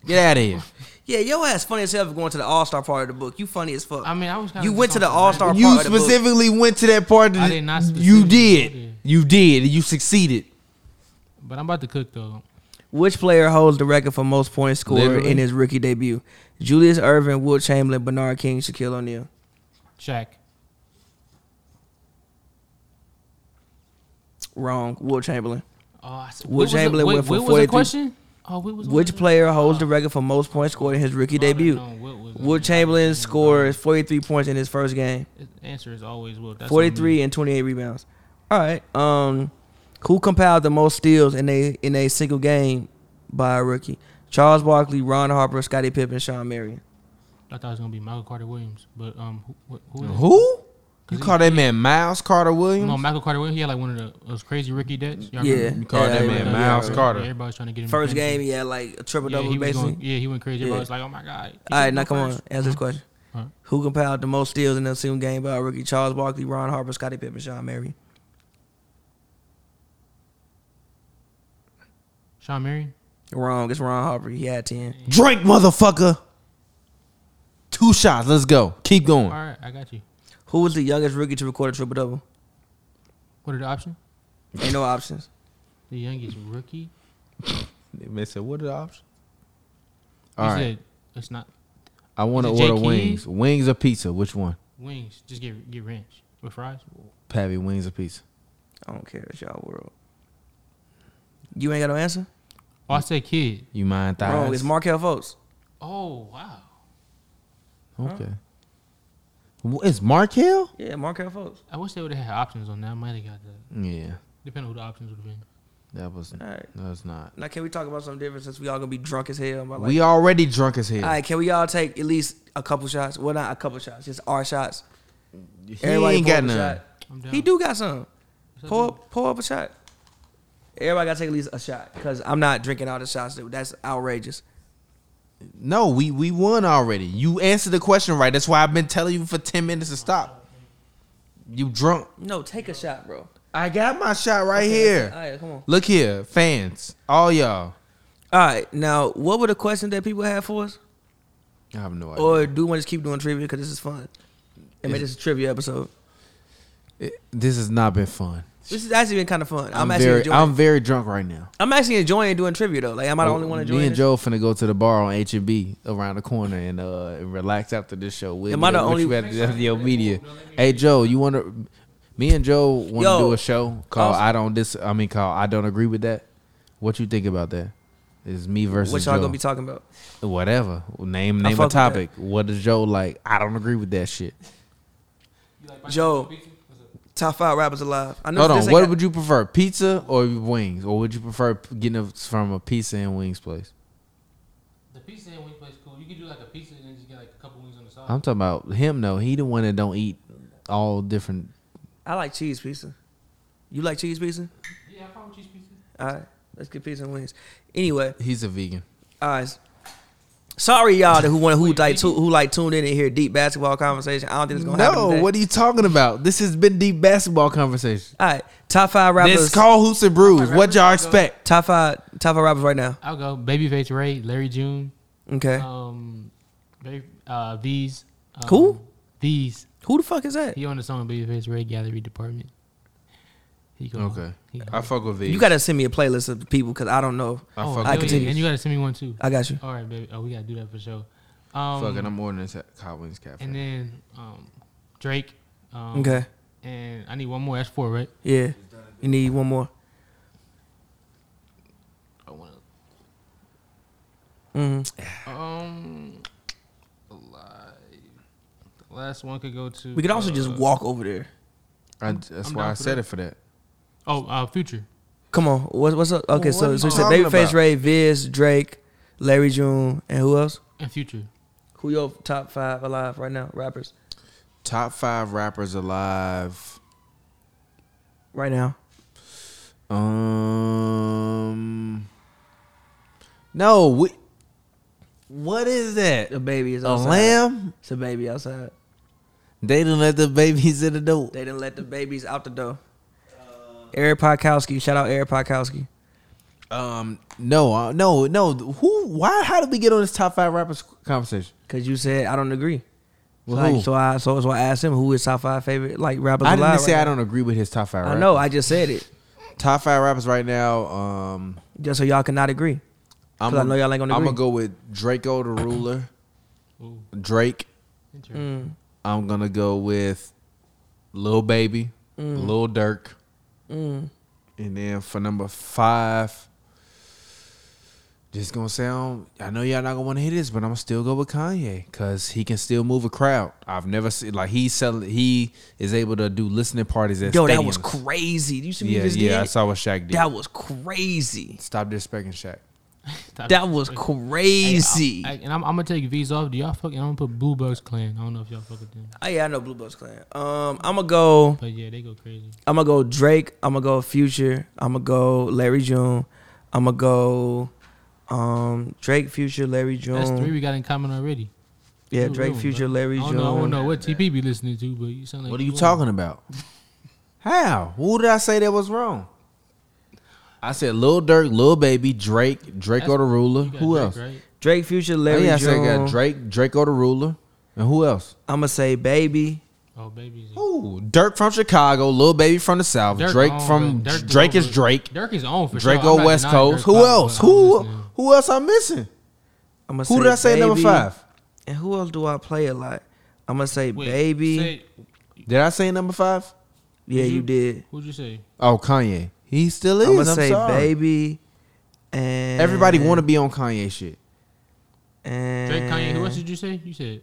S3: Get out of here.
S2: Yeah, your ass funny as hell for going to the All Star part of the book. You funny as fuck.
S4: I mean, I was. kinda
S2: You went to the
S4: just on
S2: All-Star
S4: Brandon.
S3: you
S2: part of the book.
S3: specifically went to that part. Of
S4: I
S3: the-
S4: did not
S3: You
S4: specifically
S3: did.
S4: go there.
S3: You did. You succeeded.
S4: But I'm about to cook though.
S2: Which player holds the record for most points scored
S3: Literally.
S2: in his rookie debut? Julius Irvin, Will Chamberlain, Bernard King, Shaquille O'Neal.
S4: Shaq.
S2: Wrong. Will Chamberlain.
S4: Oh, I said,
S2: Will
S4: what was the-
S2: Chamberlain
S4: wait,
S2: went for
S4: what was the
S2: 43
S4: question? Oh, what was
S2: Which player holds the record for most points scored in his rookie debut? Will Chamberlain scores 43 points in his first game,
S4: Answer is always Will. That's on me.
S2: 43 and 28 rebounds. All right. Um, who compiled the most steals in a in a single game by a rookie? Charles Barkley, Ron Harper, Scottie Pippen, Sean Marion.
S4: Mm-hmm. I thought it was gonna be Michael Carter Williams, but um, who? Who? who,
S3: Who? You
S4: he-
S3: call that man Miles Carter Williams?
S4: No, Michael Carter Williams. He had like one of the those crazy rookie debts. Y'all
S2: Yeah.
S4: remember?
S3: you call
S2: Yeah,
S3: that
S2: yeah,
S3: man
S2: yeah,
S3: Miles
S2: yeah.
S3: Carter?
S4: Everybody's trying to get him.
S2: First
S4: attention.
S2: game, he had like a triple
S4: Yeah,
S2: double
S4: he was
S2: basically.
S4: going, yeah, he went crazy. Everybody
S2: Yeah.
S4: was like, "Oh my god!" He
S2: All right,
S4: should
S2: now
S4: go
S2: come
S4: first.
S2: on, answer this question.
S4: Alright.
S2: Who compiled the most steals in a single game by a rookie? Charles Barkley, Ron Harper, Scottie Pippen, Sean Marion.
S4: Sean Marion.
S2: Wrong. It's Ron Harper. He had 10.
S3: Drink, motherfucker. Two shots. Let's go. Keep
S4: All
S3: going.
S4: right, I got you.
S2: Who was the youngest rookie to record a triple double?
S4: What are the options?
S2: Ain't no options.
S4: The youngest rookie.
S3: They said, what are the options?
S4: You
S3: All right.
S4: said it's not
S3: I want to
S4: Is it Jay
S3: order
S4: Keys?
S3: wings. Wings or pizza? Which one?
S4: wings. Just get get ranch with fries.
S3: Pappy, wings or pizza?
S2: I don't care. It's y'all world. You ain't got no answer?
S4: Oh, I said kid.
S3: You mind thighs?
S2: Wrong. It's Markel Fultz.
S4: Oh wow.
S3: okay. Wh- It's Mark Hill?
S2: Yeah, Markel Fultz.
S4: I wish they would have had options on that. I might have got that.
S3: Yeah,
S4: Depending on who the options would have been.
S3: that wasn't.
S2: All right.
S3: That was not.
S2: Now, can we talk about something different since we all gonna be drunk as hell? About like,
S3: we already drunk as hell.
S2: all right, can we all take at least a couple shots? Well, not a couple shots, just our shots.
S3: he
S2: Everybody
S3: ain't
S2: pour
S3: got
S2: up a
S3: none.
S2: shot.
S4: I'm down.
S2: He do got some.
S4: So
S2: Pull
S4: do-
S2: up, pull up a shot. Everybody gotta take at least a shot because I'm not drinking all the shots. Dude. That's outrageous.
S3: No, we we won already. You answered the question right. That's why I've been telling you for ten minutes to stop. You drunk?
S2: No, take a shot, bro.
S3: I got my shot right
S2: All
S3: here.
S2: right, come on.
S3: Look here, fans, all y'all.
S2: All right, now what were the questions that people had for us?
S3: I have no idea.
S2: Or do we want to just keep doing trivia because this is fun? I mean, this is a trivia episode.
S3: It- this has not been fun.
S2: This has actually been kind of fun. I'm,
S3: I'm,
S2: actually
S3: very,
S2: enjoying.
S3: I'm
S2: I'm,
S3: very drunk right now.
S2: actually enjoying doing trivia though. Like, am I the only one
S3: Me
S2: enjoying?
S3: and
S2: This?
S3: Joe finna go to the bar on H and B around the corner and uh and relax after this show. With
S2: Am I the only-
S3: at the FDL media? Hey Joe, you wanna? Me and Joe want to
S2: Yo,
S3: do a show called
S2: also-
S3: I don't dis. I mean, called I don't agree with that. What you think about that? Is me versus
S2: What
S3: Joe?
S2: y'all gonna be talking about?
S3: Whatever. Name
S2: I fuck
S3: name a
S2: with that.
S3: topic. What is Joe like? I don't agree with that shit.
S2: Joe, top five rappers alive. I know
S3: Hold
S2: this
S3: on.
S2: ain't
S3: What
S2: got-
S3: would you prefer, pizza or wings, or would you prefer getting it from a pizza and wings place?
S4: The pizza and wing place cool. You could do like a pizza and then just get like a couple wings on the side.
S3: I'm talking about him. though. he the one that don't eat all different
S2: I like cheese pizza. You like cheese pizza?
S4: yeah, I found cheese pizza.
S2: All right. Let's get pizza and wings. Anyway,
S3: He's a vegan.
S2: eyes. Sorry, y'all, that who want who like tu- who like tuned in and hear deep basketball conversation. I don't think it's gonna happen.
S3: No,
S2: today.
S3: what are you talking about? This has been deep basketball conversation.
S2: All right, top five rappers.
S3: This call hoops and brews. What y'all expect?
S2: top five, top five rappers right now.
S4: I'll go Babyface Ray, Larry June,
S2: Okay,
S4: um, Baby- uh, V's. Um,
S2: Who?
S4: V's.
S2: who the fuck is that?
S4: He on the song Babyface Ray Gallery Department. He go.
S3: Okay,
S4: He go.
S3: I fuck with these.
S2: You gotta send me a playlist of people because I don't know.
S3: I
S4: oh,
S3: fuck
S2: I
S4: I
S3: with
S2: continue.
S3: these.
S4: And you gotta send me one too.
S2: I got you.
S4: All right, baby. Oh, we gotta do that for sure. Um,
S3: Fucking, I'm ordering this at Cowboys Cafe.
S4: and then um, Drake. Um,
S2: Okay,
S4: And I need one more. That's four, right?
S2: yeah. You need one more.
S4: I want to.
S2: Mhm.
S4: Um, alive. The last one could go to.
S2: We could also just
S4: uh,
S2: walk over there.
S3: I, that's
S4: I'm
S3: why
S4: down
S3: I
S4: for
S3: said
S4: that.
S3: it for that.
S4: Oh, uh, Future.
S2: Come on, what, what's up? Okay,
S3: Well, what
S2: so
S3: are
S2: so you
S3: you
S2: said
S3: talking
S2: Babyface
S3: about?
S2: Ray, Viz, Drake, Larry June, and who else?
S4: And Future.
S2: Who your top five alive right now? Rappers
S3: Top five rappers alive.
S2: right now.
S3: Um. No, we, what is that?
S2: The baby is
S3: A
S2: outside.
S3: lamb?
S2: It's a baby outside.
S3: They didn't let the babies in the door.
S2: They didn't let the babies out the door. Eric Podkowski, shout out Eric Podkowski.
S3: Um, no, uh, no, no. Who? Why? How did we get on this top five rappers conversation?
S2: Cause you said I don't agree.
S3: Well,
S2: so, I,
S3: who?
S2: so I so so I asked him who is top five favorite like rappers
S3: I
S2: alive.
S3: didn't say
S2: right
S3: I
S2: now.
S3: don't agree with his top five.
S2: I
S3: rappers.
S2: know. I just said it
S3: top five rappers right now. Um,
S2: just so y'all cannot agree.
S3: I'm
S2: 'Cause I know y'all ain't gonna
S3: I'm
S2: agree.
S3: gonna go with Draco the Ruler.
S4: Ooh,
S3: Drake.
S4: interesting.
S2: Mm,
S3: I'm gonna go with Lil Baby, Lil Durk,
S2: mm.
S3: and then for number five, just gonna sound. I know y'all not gonna want to hear this, but I'm gonna still go with Kanye because he can still move a crowd. I've never seen like he selling. He is able to do listening parties at
S2: Yo,
S3: stadiums.
S2: that was crazy. You see what
S3: Yeah,
S2: you just
S3: yeah, I
S2: did?
S3: saw what Shaq did.
S2: That was crazy.
S3: Stop disrespecting Shaq.
S4: Top-
S2: Mm. That was
S4: Hey,
S2: crazy.
S4: I- I- and I'm, I'm gonna take V's off. Do y'all fuck? I'm gonna put Blue Bugs Clan. I don't know if y'all fuck with them,
S2: Oh yeah, I know Blue Bucks Clan. Um, I'm gonna go.
S4: but yeah, they go crazy.
S2: I'm gonna go Drake. I'm gonna go Future. I'm gonna go Larry June. I'm gonna go um Drake, Future, Larry June.
S4: That's three we got in common already.
S2: Yeah,
S4: Ooh,
S2: Drake,
S4: ooh,
S2: Future,
S4: bro.
S2: Larry
S4: I don't, know, I don't
S2: June.
S4: know what TP be listening to, but you sound like
S3: What are you
S4: on.
S3: talking about? How? Who did I say that was wrong? I said Lil Durk, Lil Baby, Drake, Draco
S4: That's-
S3: the Ruler.
S4: You got
S3: Who
S4: Drake,
S3: else?
S4: Right?
S2: Drake, Future,
S3: Oh,
S2: Larry
S3: yeah, I said I
S2: June.
S3: got Drake, Draco the Ruler, and who else?
S2: I'm gonna say Baby.
S4: Oh, babies.
S3: Ooh, Dirk from Chicago, Lil Baby from the South,
S4: Dirk
S3: Drake
S4: on,
S3: from
S4: bro. Dirk
S3: Drake is
S4: on, bro.
S3: Drake,
S4: Dirk is on for sure.
S3: Draco
S4: I'm not
S3: West
S4: denying
S3: Coast.
S4: Dirk
S3: Who
S4: Pop,
S3: else?
S4: but I'm
S3: Who
S4: listening.
S3: who else I'm missing?
S2: I'm gonna.
S3: Who did I say number five?
S2: And who else do I play a lot? I'm gonna say
S4: Wait,
S2: Baby.
S4: say-
S3: Did I say number five?
S2: yeah,
S4: you-
S2: you did.
S4: who'd you say?
S3: Oh, Kanye. He still is.
S2: Mm-hmm. I'm
S3: I'm
S2: gonna say
S3: sorry.
S2: Baby. And
S3: Everybody want to be on Kanye shit.
S2: And
S4: Drake, Kanye. Who else did you say? You said.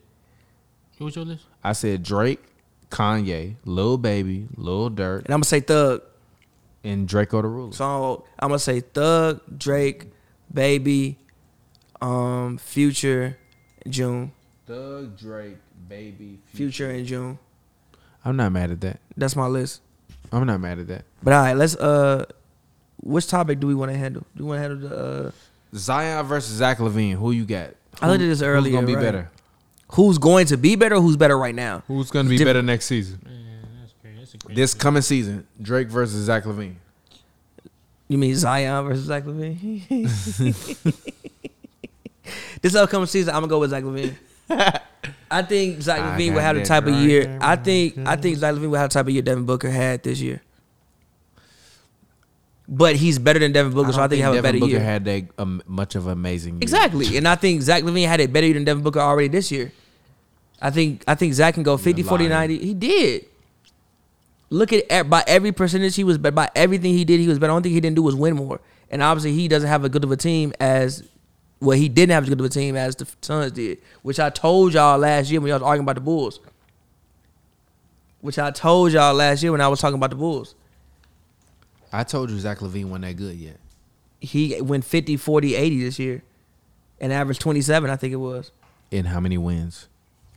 S4: Who was your list?
S3: I said Drake, Kanye, Lil Baby, Lil Durk,
S2: And I'm gonna say Thug.
S3: and Draco the Ruler.
S2: So I'm gonna say Thug, Drake, Baby, um, Future, June,
S3: Thug, Drake, Baby,
S2: Future and June.
S3: I'm not mad at that.
S2: That's my list.
S3: I'm not mad at that.
S2: But all right, let's uh, which topic do we want to handle? Do we want to handle the uh,
S3: Zion versus Zach Levine. Who you got?
S2: I looked at this earlier,
S3: Who's gonna be
S2: right?
S3: better?
S2: who's going to be better? Who's better right now?
S3: Who's gonna be
S2: Diff-
S3: better next season?
S4: Man, that's crazy. That's a crazy.
S3: This coming season, Drake versus Zach Levine.
S2: You mean Zion versus Zach Levine? this upcoming season, I'm gonna go with Zach Levine. I think Zach
S3: I
S2: Levine will
S3: got
S2: have the
S3: that
S2: type of
S3: right
S2: year.
S3: there,
S2: I
S3: my
S2: think I think Zach Levine will have the type of year Devin Booker had this year. But he's better than Devin Booker, so I
S3: don't
S2: think he'll have a better
S3: Devin Booker
S2: year.
S3: had that um, much of an amazing. year.
S2: exactly, and I think Zach Levine had it better year than Devin Booker already this year. I think I think Zach can go 50, 40,
S3: lying.
S2: 90. He did. Look at e- by every percentage he was, but by everything he did, he was better. The only thing he didn't do was win more. And obviously, he doesn't have a good of a team as well. He didn't have as good of a team as the Suns did, which I told y'all last year when y'all was arguing about the Bulls. Which I told y'all last year when I was talking about the Bulls.
S3: I told you Zach Levine wasn't that good yet.
S2: He went 50, 40, 80 this year, and averaged 27, I think it was.
S3: And how many wins?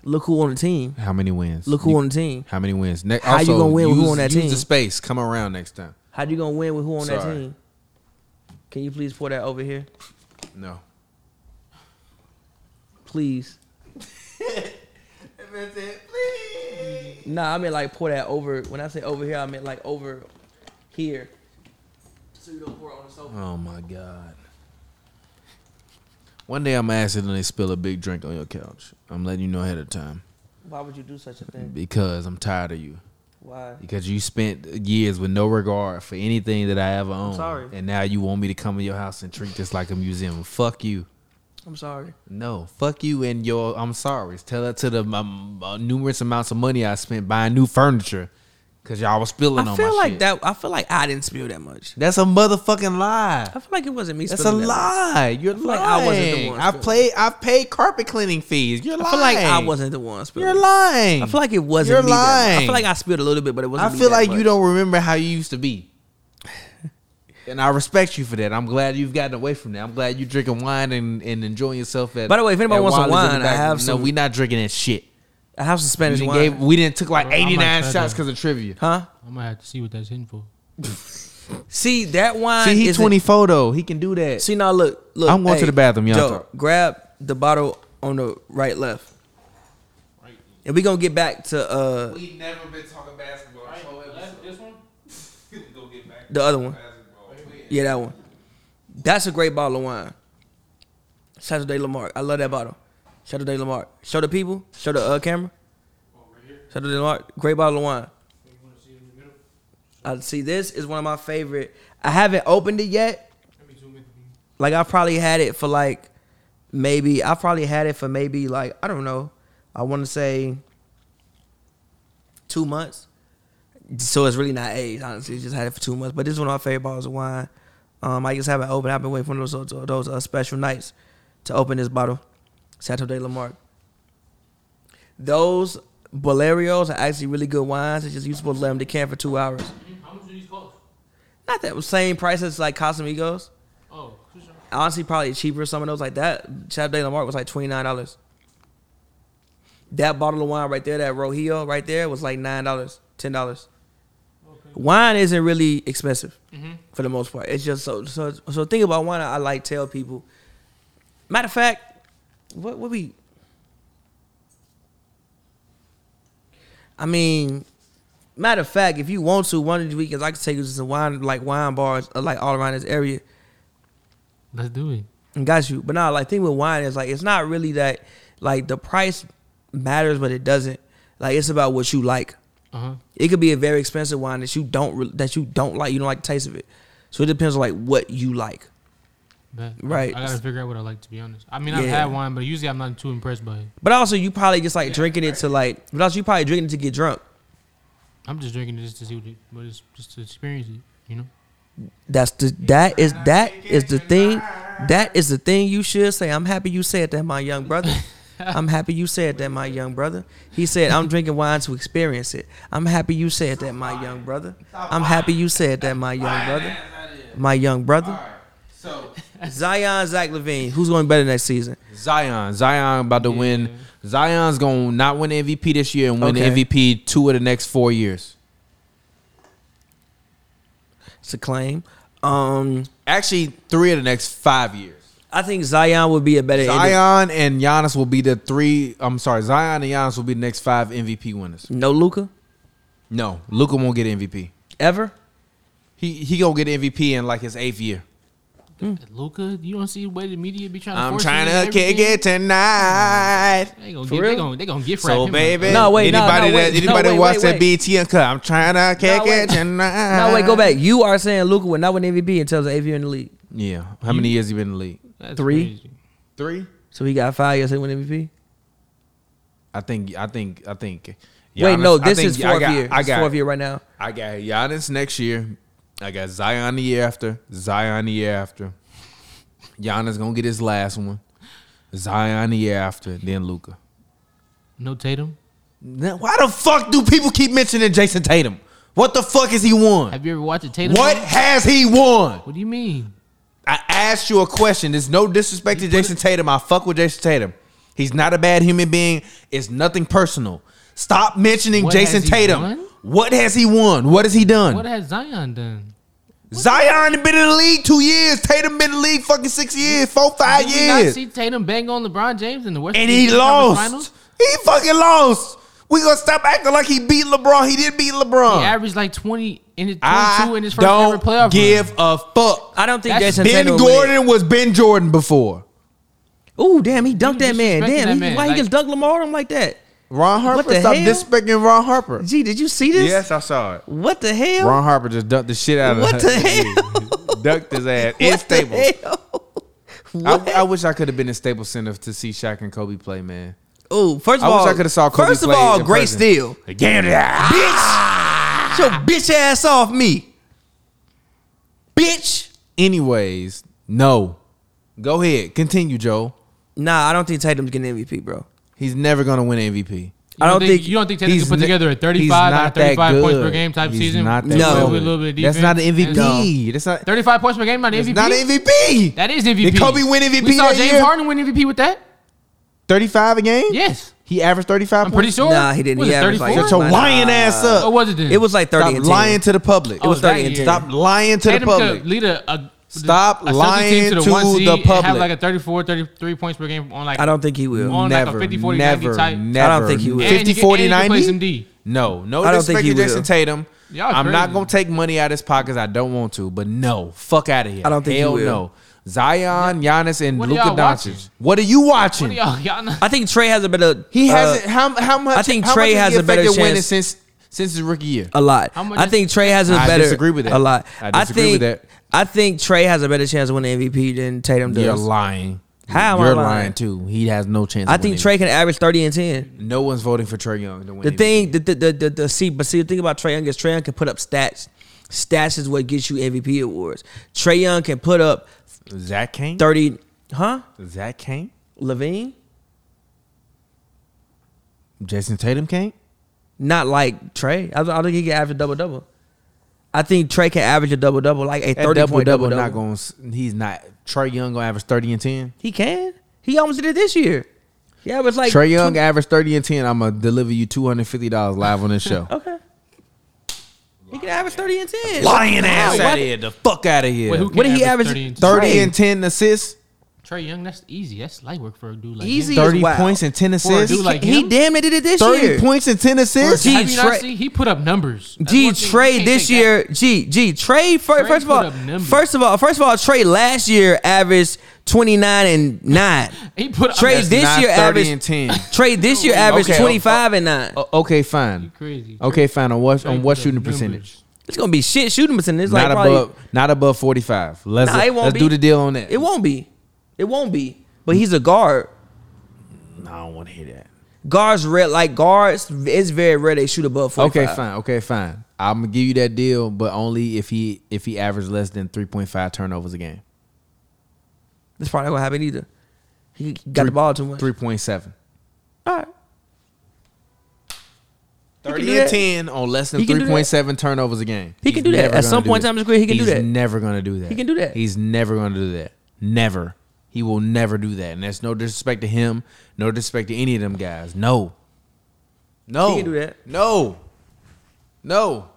S2: Look who on the team.
S3: How many wins?
S2: Look who on the team.
S3: How many wins? Ne-
S2: How you
S3: also,
S2: gonna win with who
S3: use-
S2: on that
S3: use
S2: team?
S3: the space. Come around next time.
S2: How you gonna win with who on that
S3: Sorry.
S2: team? Can you please pour that over here?
S3: No.
S2: Please. Nah, I mean like pour that over. When I say over here, I meant like over here. So you don't pour it on the sofa.
S3: Oh my god. One day I'm accidentally spill a big drink on your couch. I'm letting you know ahead of time
S2: Why would you do such a thing?
S3: because I'm tired of you.
S2: Why?
S3: Because you spent years with no regard for anything that I ever owned.
S2: sorry.
S3: And now you want me to come in your house and treat this like a museum. Fuck you.
S2: I'm sorry.
S3: No, fuck you and your I'm sorry. Tell that to the um, uh, numerous amounts of money I spent buying new furniture because y'all was spilling
S2: I
S3: on
S2: feel
S3: my
S2: like
S3: shit.
S2: that. I feel like I didn't spill that much.
S3: That's a motherfucking lie.
S2: I feel like it wasn't me.
S3: That's a
S2: spilling that much.
S3: lie. You're
S2: feel
S3: lying.
S2: like I wasn't the one
S3: I
S2: spilling.
S3: played. I paid carpet cleaning fees. You're lying.
S2: I feel like I wasn't the one spilling.
S3: You're
S2: it.
S3: lying.
S2: I feel like it wasn't.
S3: You're
S2: me that much. I
S3: lying.
S2: feel like I spilled a little bit, but it
S3: I
S2: wasn't. me
S3: feel
S2: that
S3: like you
S2: much.
S3: don't remember how you used to be. And I respect you for that. I'm glad you've gotten away from that. I'm glad you're drinking wine and, and enjoying yourself. At,
S2: By the way, if anybody
S3: at
S2: wants some
S3: Wally's in the
S2: wine, I
S3: back.
S2: have
S3: no,
S2: some-
S3: we not drinking that shit.
S2: I have some
S3: We
S2: Spanish
S3: didn't,
S2: wine. Oh,
S3: gave, we didn't took like
S4: Bro, I'm not
S3: 89
S4: touching
S3: shots
S4: it.
S3: because of trivia.
S2: huh?
S4: I'm gonna have to see what that's in for.
S2: See that wine?
S3: See, he's
S2: isn't-
S3: 24 though. He can do that.
S2: See now, look, look.
S3: I'm going to the bathroom, y'all
S2: Joe,
S3: talk.
S2: grab the bottle on the right, left, and we gonna get back to uh
S3: We've never been talking basketball.
S4: This one?
S2: the other one. Yeah, that one. That's a great bottle of wine. Saturday Lamarck. I love that bottle. Saturday Lamarck. Show the people. Show the uh, camera. Saturday Lamarck. Great bottle of wine. I see. This is one of my favorite. I haven't opened it yet. Like I've probably had it for like maybe I've probably had it for maybe like I don't know. I want to say two months. So it's really not aged. Honestly, just had it for two months. But this is one of my favorite bottles of wine. Um, I just haven't opened. I've been waiting for those those uh, special nights to open this bottle. Saturday Lamarck. Those Bolerios are actually really good wines. It's just you're supposed to let them decant for two hours.
S4: How much do these cost?
S2: Not that same price as like Casamigos
S4: Oh,
S2: honestly probably cheaper. Some of those like that. Saturday Lamarck was like twenty nine dollars. That bottle of wine right there, that Rojillo right there, was like nine dollars, ten dollars. Wine isn't really expensive for the most part. It's just so so so. Think about wine. I like tell people. Matter of fact, what would we? I mean, matter of fact, if you want to, one of these weekends I can take you to some wine like wine bars uh, like all around this area.
S4: let's do it.
S2: Got you. But nah, like thing with wine is like it's not really that like the price matters, but it doesn't. Like it's about what you like.
S4: Uh huh.
S2: It could be a very expensive wine that you don't re- that you don't like. You don't like the taste of it. So it depends on like what you like.
S4: Bet.
S2: Right.
S4: I gotta figure out what I like to be honest. I mean, I've
S2: Yeah.
S4: had wine, but usually I'm not too impressed by it.
S2: But also you probably just like drinking it to like. But also you probably drinking it to get drunk.
S4: I'm just drinking it just to see what it, what it's just to experience it. You know.
S2: That's the that is that is the thing. That is the thing you should say. I'm happy you said that, my young brother. I'm happy you said that, my young brother. He said, I'm drinking wine to experience it. I'm happy you said that, my young brother. I'm happy you said that, my young brother. My young brother.
S3: So
S2: Zion Zach Levine. Who's going better next season?
S3: Zion, Zion about to win. Zion's gonna not win the MVP this year and win
S2: Okay.
S3: the MVP two of the next four years.
S2: It's a claim. Um,
S3: Actually, three of the next five years.
S2: I think Zion would be a better
S3: Zion and Giannis will be the three. I'm sorry, Zion and Giannis will be the next five MVP winners.
S2: No Luca
S3: No, Luca won't get MVP.
S2: ever.
S3: He he gonna get MVP in like his eighth year.
S4: Luca, you don't see where the media be trying to.
S3: Hmm. I'm
S4: force
S3: trying
S4: him
S3: to
S4: and everything?
S3: kick it tonight.
S4: They gonna
S2: For
S4: get. They
S2: real?
S4: gonna, they gonna get
S3: So baby,
S2: No, wait, no,
S3: anybody
S2: no, wait,
S3: that
S2: no,
S3: anybody
S2: wait,
S3: watch
S2: wait,
S3: that
S2: wait.
S3: BT and cut, I'm trying to kick
S2: No, wait.
S3: it tonight.
S2: No, wait, go back. You are saying Luca would not win MVP until the AV in the league.
S3: Yeah, how many years he been in the league?
S2: Three.
S3: Three.
S2: So he got five years to win MVP.
S3: I think. I think. I think.
S2: Wait, no,
S3: Giannis- I
S2: this
S3: think
S2: is fourth
S3: I got,
S2: year.
S3: I
S2: It's
S3: got.
S2: fourth year right now.
S3: I got Giannis next year. I got Zion the year after. Zion the year after. Giannis gonna get his last one. Zion the year after. Then Luca.
S4: No Tatum.
S3: Why the fuck do people keep mentioning Jason Tatum? What the fuck has he won?
S4: Have you ever watched a Tatum?
S3: What
S4: game?
S3: has he won?
S4: What do you mean?
S3: I asked you a question. There's no disrespect to Jason Tatum. I fuck with Jason Tatum. He's not a bad human being. It's nothing personal. Stop mentioning
S4: What
S3: Jason
S4: has he
S3: Tatum.
S4: done?
S3: What has he won? What has he done?
S4: What has Zion done?
S3: Zion been in the league two years. Tatum been in the league fucking six years, four, five
S4: Did we not
S3: years.
S4: see Tatum bang on LeBron James in the Western
S3: And he
S4: Conference
S3: lost.
S4: Finals?
S3: He fucking lost. We gonna stop acting like he beat LeBron. He didn't beat LeBron.
S4: He averaged like 20 in his 22
S3: I
S4: in his first ever playoff
S3: don't
S4: run.
S3: give a fuck.
S2: I don't think
S4: That's
S2: Jason
S3: Ben
S2: Tatum.
S3: Gordon was Ben Jordan before.
S2: Oh damn, he dunked that man.
S4: disrespecting
S2: Damn,
S4: that
S2: he,
S4: man,
S2: why
S4: like-
S2: he just dunked Lamar on him like that?
S3: Ron Harper,
S2: the
S3: stop
S2: hell?
S3: disrespecting Ron Harper.
S2: Gee, did you see this?
S3: I saw it.
S2: What the hell?
S3: Ron Harper just dunked the shit out of
S2: What the hell?
S3: Dunked his ass in
S2: What the
S3: Staples.
S2: hell? What?
S3: I, I wish I could have been in Staples Center to see Shaq and Kobe play, man.
S2: Oh, first of
S3: I wish
S2: all,
S3: I coulda saw Kobe
S2: first of
S3: play
S2: all,
S3: in
S2: great
S3: person. Ah!
S2: steal.
S3: Again, bitch.
S2: Get your bitch ass off me, bitch.
S3: Anyways, no. Go ahead, continue, Joe.
S2: Nah, I don't think Tatum's getting MVP, bro.
S3: He's never gonna win MVP.
S4: You
S2: I don't think-
S4: you don't think Tatum
S3: He's
S4: can put
S3: ne-
S4: together a
S3: he's
S4: 35 out
S3: not
S4: of
S3: that
S4: 35 points per
S3: good.
S4: game type
S3: He's
S4: season.
S3: not that
S4: with
S2: good.
S4: a little bit of
S3: That's not an
S4: defense.
S3: MVP. That's not.
S4: 35 points per game, not
S3: It's
S4: MVP.
S3: not MVP.
S4: that is MVP.
S3: Did Kobe win MVP
S4: We saw
S3: that
S4: James
S3: year?
S4: Harden win MVP with that.
S3: Thirty-five a game.
S4: Yes,
S3: He averaged thirty-five.
S4: I'm pretty
S3: points?
S4: sure.
S2: Nah, he didn't.
S4: Was
S2: He
S4: it
S2: averaged like-
S4: 34?
S3: Shut your
S2: Nah.
S3: lying ass up.
S4: Or was it then?
S2: It was like thirty.
S3: Stop
S2: and 10.
S3: lying to the public.
S2: It was
S4: Oh,
S2: thirty
S4: that
S2: and
S4: year.
S2: ten.
S3: Stop lying to the
S4: Tatum
S3: public.
S4: could lead a, a
S3: Stop
S4: a Celtics
S3: lying
S4: team to the,
S3: to
S4: one
S3: the
S4: seed and
S3: public.
S4: Have like a 34, 33 points per game on like
S2: I don't think he will.
S4: on like a 50, 40, 90
S3: never,
S4: type.
S3: never.
S2: I don't think he will.
S4: And
S3: 50,
S4: you can-
S3: 40,
S4: and you can play
S3: 90?
S4: some D.
S3: No, no
S2: I don't
S3: disrespect
S2: think he
S3: to Jason
S2: will.
S3: Tatum.
S4: Y'all
S3: I'm not
S4: crazy.
S3: going to take money out of his pockets. I don't want to, but no. Fuck out of here.
S2: I don't think he
S3: Hell
S2: will.
S3: no. Zion, Giannis, and
S4: What are
S3: Luka
S4: y'all watching?
S3: Doncic. What are you watching?
S4: What do y'all, y'all not,
S2: I think Trey has a better.
S3: he
S2: uh,
S3: hasn't. How, how much?
S2: I think
S3: how
S2: Trey
S3: much
S2: has
S3: he
S2: a better
S3: affected winning
S2: chance.
S3: since since his rookie year.
S2: a lot.
S4: How much
S2: I
S4: is-
S2: think Trey has a
S3: I
S2: better.
S3: disagree with that.
S2: A lot.
S3: I disagree
S2: think,
S3: with that.
S2: I think Trey has a better chance of winning MVP than Tatum does.
S3: You're lying.
S2: Uh, How am I
S3: You're
S2: lying?
S3: too. He has no chance.
S2: I
S3: of
S2: think
S3: winning.
S2: Trey can average thirty and ten.
S3: No one's voting for Trey Young to win.
S2: The
S3: MVP.
S2: thing, the the, the the the see, but see, the thing about Trey Young is Trey Young can put up stats. Stats is what gets you MVP awards. Trey Young can put up
S3: Zach Kane.
S2: thirty, huh?
S3: Zach Kane.
S2: Levine,
S3: Jason Tatum Kane.
S2: not like Trey. I, don't- I think he can average a double double. I think Trey can average a double double, like a
S3: That
S2: thirty
S3: double
S2: point double
S3: double not
S2: double.
S3: going. to He's not. Trey Young gonna average thirty and ten.
S2: He can. He almost did it this year. Yeah, it was like
S3: Trey Young
S2: 20
S3: averaged thirty and ten. I'm gonna deliver you two hundred fifty dollars live on this show.
S2: Okay. He can average 30 and 10.
S3: Lying ass
S4: What?
S3: out of here. The fuck out of here.
S4: Wait, who
S2: What did he
S4: average
S2: average?
S4: 30 and 10?
S3: thirty
S2: Trey.
S3: and ten assists.
S4: Trey Young, that's easy. That's light work for a dude like
S2: Easy.
S4: him.
S2: is
S3: Thirty
S2: wild.
S3: points and ten
S4: For a dude
S3: assists.
S4: like
S2: he
S4: him?
S2: damn near did it this
S3: thirty
S2: year.
S3: points and ten assists.
S2: Gee,
S4: Have you not
S2: Trey-
S4: seen? He put up numbers. That's
S2: G
S4: one thing. You
S2: Trey
S4: can't
S2: this
S4: take that.
S2: year. G G Trey. First,
S4: Trey
S2: first of
S4: put
S2: all,
S4: up numbers.
S2: first of all, first of all, Trey last year averaged twenty nine and nine.
S4: He put up
S2: Trey
S3: That's
S2: this
S3: not
S2: year
S3: 30
S2: averaged
S3: and 10.
S2: Trey this year averaged
S3: Okay,
S2: twenty five and nine.
S3: O- okay, fine.
S4: crazy.
S3: Okay, fine. On what?
S4: Trey
S3: On what
S4: put up
S3: shooting
S4: numbers.
S3: percentage?
S2: It's gonna be shit shooting percentage. It's like
S3: Not
S2: probably,
S3: above. Not above forty five. Let's
S2: Nah, it won't
S3: let's
S2: be.
S3: do the deal on that.
S2: It won't be. It won't be. But he's a guard.
S3: No, I don't want to hear that.
S2: Guards red like guards. It's very rare they shoot above forty
S3: Okay,
S2: five.
S3: fine. Okay, fine. I'm gonna give you that deal, but only if he if he averaged less than three point five turnovers a game.
S2: That's probably not gonna happen either. He got the ball too much.
S3: Three point seven.
S2: All right. can do
S3: Thirty and
S2: that.
S3: ten on less than
S2: He can do
S3: three
S2: that.
S3: point seven turnovers a game.
S2: He can do that.
S3: never
S2: At
S3: gonna
S2: some
S3: do
S2: point in
S3: that.
S2: time in his career, he can do
S3: He's
S2: that.
S3: Never gonna do that.
S2: He can do that.
S3: He's never gonna do that. Never. He will never do that. And that's no disrespect to him. No disrespect to any of them guys. No. No.
S2: He can do that.
S3: No. No.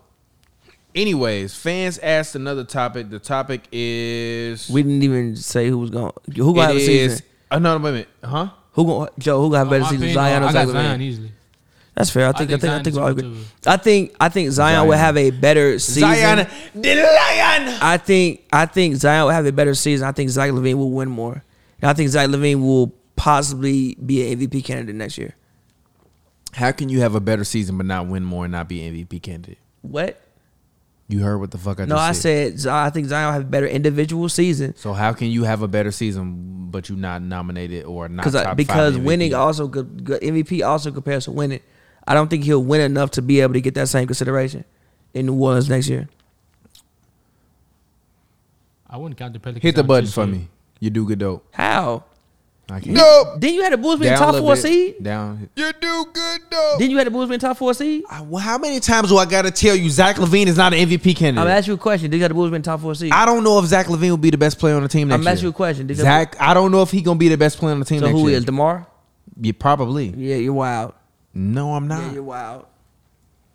S3: Anyways, fans asked another topic. The topic is
S2: We didn't even say who was going. Who gonna have
S3: it
S2: a
S3: is.
S2: season?
S3: Oh, no, no, wait a minute. Huh?
S2: Who gonna Joe? Who gonna have a
S4: In
S2: better
S4: my
S2: season?
S4: opinion,
S2: Zion or
S4: Oh, I got
S2: Zach
S4: Zion
S2: Levine?
S4: easily.
S2: That's fair. I think. I
S4: think
S2: think. I
S4: Zion
S2: think.
S4: is
S2: I
S4: going
S2: agree. I think. I think Zion will have a better season.
S3: Zion. The Lion.
S2: I think. I think Zion will have a better season. I think Zach Levine will win more. And I think Zach Levine will possibly be an MVP candidate next year.
S3: How can you have a better season but not win more and not be MVP candidate?
S2: What?
S3: You heard what the fuck I
S2: No,
S3: just
S2: I said. Zion- I think Zion will have a better individual season
S3: So how can you have a better season but you not nominated or not
S2: because
S3: top five
S2: because
S3: MVP?
S2: winning also good, good MVP also compares to winning. I don't think he'll win enough to be able to get that same consideration in New Orleans next year.
S4: I wouldn't count the Pelicans.
S3: Hit the
S4: out
S3: button
S4: this
S3: for
S4: year.
S3: me. You do good dope.
S2: How?
S3: I can't. Nope.
S2: Then you had the Bulls being
S3: Down
S2: top
S3: a
S2: four
S3: little bit.
S2: seed.
S3: Down. You do good dope.
S2: Then you had the Bulls being top four seed.
S3: Well, how many times do I gotta tell you Zach Levine is not an MVP candidate?
S2: I'm asking you a question. Did you have the Bulls being top four seed?
S3: I don't know if Zach Levine will be the best player on the team next
S2: I'm asking
S3: year.
S2: you a question. Did you-
S3: Zach, I don't know if he gonna be the best player on the team
S2: so
S3: next
S2: who
S3: year.
S2: is Demar?
S3: Yeah, probably.
S2: Yeah, you're wild.
S3: No, I'm not.
S2: Yeah, you're wild.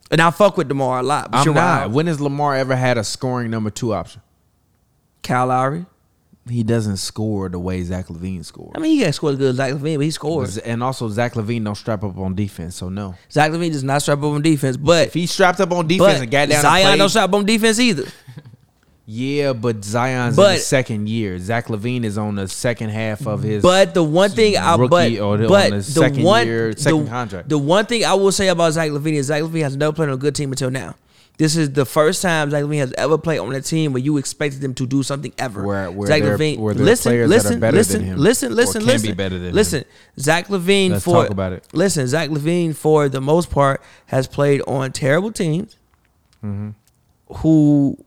S2: And I fuck with Demar a lot, but
S3: Ah. I'm
S2: you're
S3: not.
S2: wild.
S3: When has Lamar ever had a scoring number two option?
S2: Kyle Lowry.
S3: He doesn't score the way Zach Levine scores.
S2: I mean, he got scored as good as Zach Levine, but he scores.
S3: and also Zach Levine don't strap up on defense, so no.
S2: Zach Levine does not strap up on defense, but
S3: If he strapped up on defense
S2: but
S3: and got down
S2: Zion
S3: and
S2: don't
S3: played,
S2: strap up on defense either.
S3: yeah, but Zion's in
S2: But-
S3: his second year. Zach Levine is on the second half of his.
S2: But the one thing I
S3: rookie
S2: but,
S3: or the-
S2: but
S3: on
S2: the
S3: his second
S2: one
S3: year,
S2: the-
S3: second contract.
S2: The one thing I will say about Zach Levine is Zach Levine has never played on a good team until now. This is the first time Zach Levine has ever played on a team where you expected them to do something ever.
S3: Where- where
S2: Zach
S3: there-
S2: Levine,
S3: where there are
S2: listen,
S3: players that are
S2: listen,
S3: better than
S2: listen,
S3: him
S2: listen,
S3: or
S2: listen,
S3: can be
S2: listen,
S3: better than him.
S2: listen. Zach Levine
S3: Let's
S2: for
S3: talk about it.
S2: listen. Zach Levine for the most part has played on terrible teams
S3: Mm-hmm.
S2: who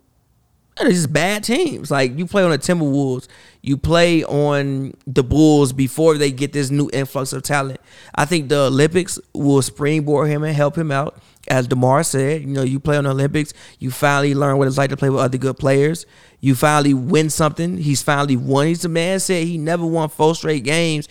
S2: they're just bad teams. Like you play on the Timberwolves, you play on the Bulls before they get this new influx of talent. I think the Olympics will springboard him and help him out. As Demar said, you know, you play on the Olympics, you finally learn what it's like to play with other good players. You finally win something. He's finally won. He's a man said he never won four straight games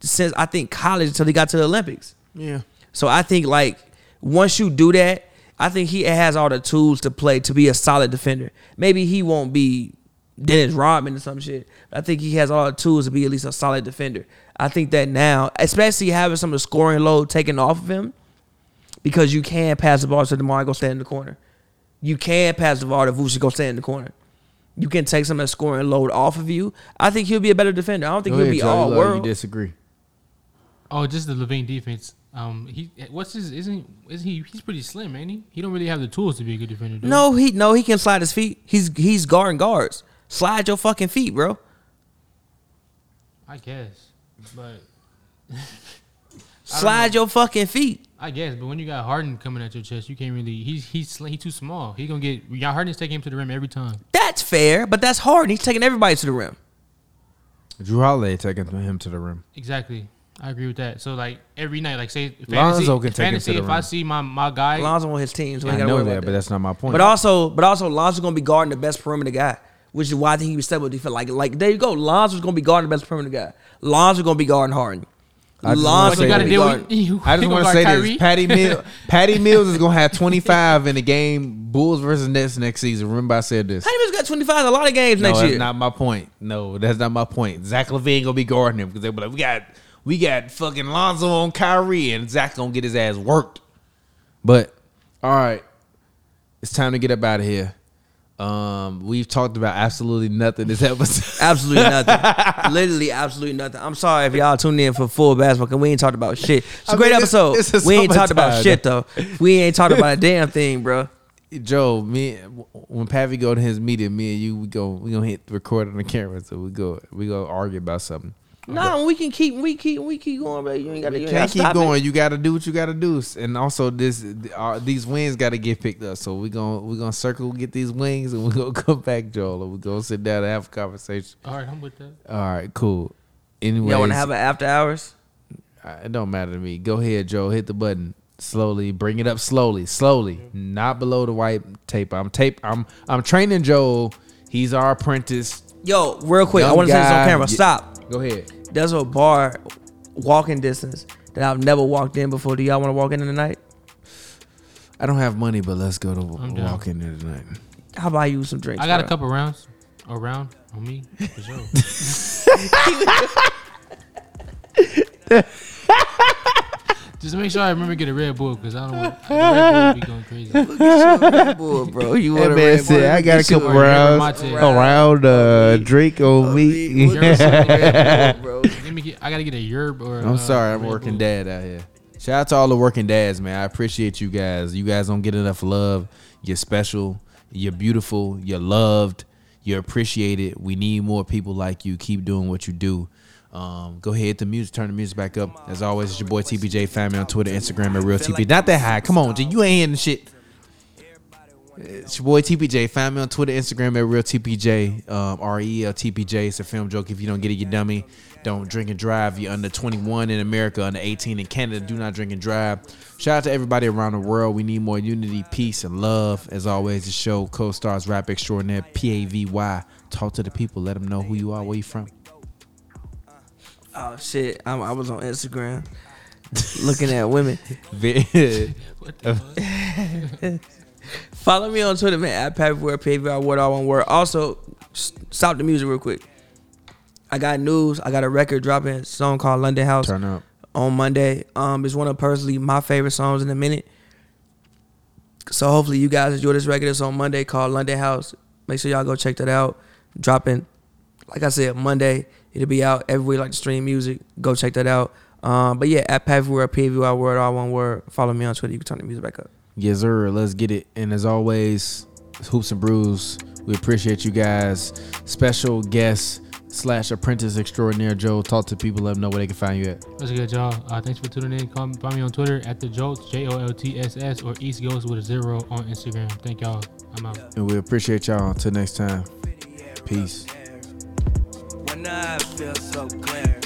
S2: since I think college until he got to the Olympics.
S3: yeah,
S2: So I think like once you do that, I think he has all the tools to play to be a solid defender. Maybe he won't be Dennis Rodman or some shit. I think he has all the tools to be at least a solid defender. I think that now, especially having some of the scoring load taken off of him, because you can pass the ball to DeMar and go stand in the corner. You can pass the ball to Vucevic go stand in the corner. You can take some of the scoring load off of you. I think he'll be a better defender. I don't think he'll be all world.
S3: You disagree?
S4: Oh, just the Levine defense. Um, he what's his? Isn't is he? He's pretty slim, ain't he? He don't really have the tools to be a good defender. do he?
S2: Mm-hmm. No, he no, he can slide his feet. He's he's guarding guards. Slide your fucking feet, bro.
S4: I guess, but
S2: Slide your fucking feet.
S4: I guess, but when you got Harden coming at your chest, you can't really. He's he's sl- he too small. He gonna get. Y'all Harden's taking him to the rim every time.
S2: That's fair, but that's hard. He's taking everybody to the rim.
S3: Drew Holiday taking him to the rim.
S4: Exactly. I agree with that. So like every night, like say fantasy,
S3: Lonzo can take him
S4: fantasy,
S3: to the
S4: if I
S3: rim.
S4: see my my guy,
S2: Lonzo on his team, so we
S3: I
S2: gotta
S3: know
S2: worry
S3: that,
S2: about
S3: but
S2: that.
S3: that's not my point.
S2: But also, but also, Lonzo's gonna be guarding the best perimeter guy, which is why I think he was stable defense. Like, like there you go. Lonzo's gonna be guarding the best perimeter guy. Lonzo's gonna be guarding Harden.
S3: I just wanna
S2: Lonzo
S4: but you
S3: say
S2: gonna be
S4: gotta
S3: that.
S4: deal
S2: guarding-
S4: with. You,
S3: I just
S4: you
S3: want to
S4: gonna
S3: say
S4: guard
S3: this: Patty Mills, Patty Mills is gonna have 25 in the game Bulls versus Nets next season. Remember, I said this.
S2: Patty Mills got twenty five in a lot of games
S3: No,
S2: next
S3: that's
S2: year.
S3: not my point. No, that's not my point. Zach Levine gonna be guarding him because they be like, we got we got fucking Lonzo on Kyrie, and Zach gonna get his ass worked. But all right, it's time to get up out of here. Um, we've talked about absolutely nothing this episode.
S2: Absolutely nothing. Literally, absolutely nothing. I'm sorry if y'all tuned in for full basketball because we ain't talked about shit. It's a
S3: I
S2: great
S3: mean, it's-
S2: episode.
S3: it's a
S2: we ain't talked about
S3: summertime.
S2: shit though. We ain't talked about a damn thing, bro.
S3: Joe, me when Pavi go to his meeting, me and you we go we gonna hit record on the camera, so we go we go argue about something.
S2: No, we can keep, we keep, we keep going, bro. You ain't got to
S3: You
S2: gotta
S3: can't keep
S2: stop it.
S3: going. You got to do what you got to do, and also this uh, these wings got to get picked up. So we gonna we gonna circle, get these wings, and we are gonna come back, Joel, and we are gonna sit down and have a conversation.
S4: All right, I'm with that.
S3: All right, cool. Anyway,
S2: Y'all want to have an after hours?
S3: it don't matter to me. Go ahead, Joel. Hit the button slowly. Bring it up slowly, slowly,
S2: Mm-hmm.
S3: not below the white tape. I'm tape. I'm I'm training Joel. He's our apprentice.
S2: Yo, real quick, I
S3: Young
S2: want to say this on
S3: guy.
S2: camera.
S3: Yeah.
S2: Stop.
S3: Go ahead.
S2: There's a bar walking distance that I've never walked in before. Do y'all want to walk in tonight?
S3: I don't have money, but let's go to
S4: I'm down.
S3: walk in there tonight.
S2: I'll buy you some drinks.
S4: I got a
S2: bro.
S4: couple rounds. A round on me for sure. Just make sure I remember to get a Red Bull because I don't want the Red Bull be going crazy.
S2: Red Bull, bro. You want a Red Bull?
S3: I got a couple
S4: Whatever my
S3: rounds
S4: take.
S3: around uh, drink on
S2: We-
S3: me.
S2: we'll get some Red Bull, bro.
S4: Let me get, I gotta get a yerb or.
S3: I'm
S4: uh,
S3: sorry,
S4: Red
S3: I'm a
S4: Bull.
S3: working dad out here. Shout out to all the working dads, man. I appreciate you guys. You guys don't get enough love. You're special. You're beautiful. You're loved. You're appreciated. We need more people like you. Keep doing what you do. Um, go ahead, hit the music. Turn the music back up. As always, it's your boy TPJ Family on Twitter, Instagram, and Real TP. Not that high. Come on, G. You ain't hitting shit. It's your boy TPJ. Find me on Twitter, Instagram at real TPJ. Um, R E L TPJ. It's a film joke. If you don't get it, you dummy. Don't drink and drive. You're under 21 in America, under 18 in Canada. Do not drink and drive. Shout out to everybody around the world. We need more unity, peace, and love. As always, the show co-stars rap extraordinaire P A V Y. Talk to the people. Let them know who you are, where you from.
S2: Oh shit! I'm, I was on Instagram looking at women. Follow me on Twitter, man, at Pappy Word, P-A-V-I-Word, all one word. Also, S- Stop the music real quick. I got news. I got a record dropping. a song called London House
S3: Turn up.
S2: on Monday. Um, it's one of personally my favorite songs in a minute. So hopefully you guys enjoy this record. It's on Monday called London House. Make sure y'all go check that out. Dropping, like I said, Monday. It'll be out everywhere you like to stream music. Go check that out. Um, but yeah, at Pavura, P A V Y word, all one word. Follow me on Twitter. You can turn the music back up.
S3: Yes, sir. Let's get it. And as always, it's hoops and brews. We appreciate you guys. Special guest slash apprentice extraordinaire Joe. Talk to people. Let them know where they can find you at.
S4: That's good, y'all. Uh, thanks for tuning in. Come find me on Twitter at the Jolts, J O L T S S, or East Ghost with a zero on Instagram. Thank y'all. I'm out.
S3: And we appreciate y'all. Until next time. Peace.
S1: When I feel so clear,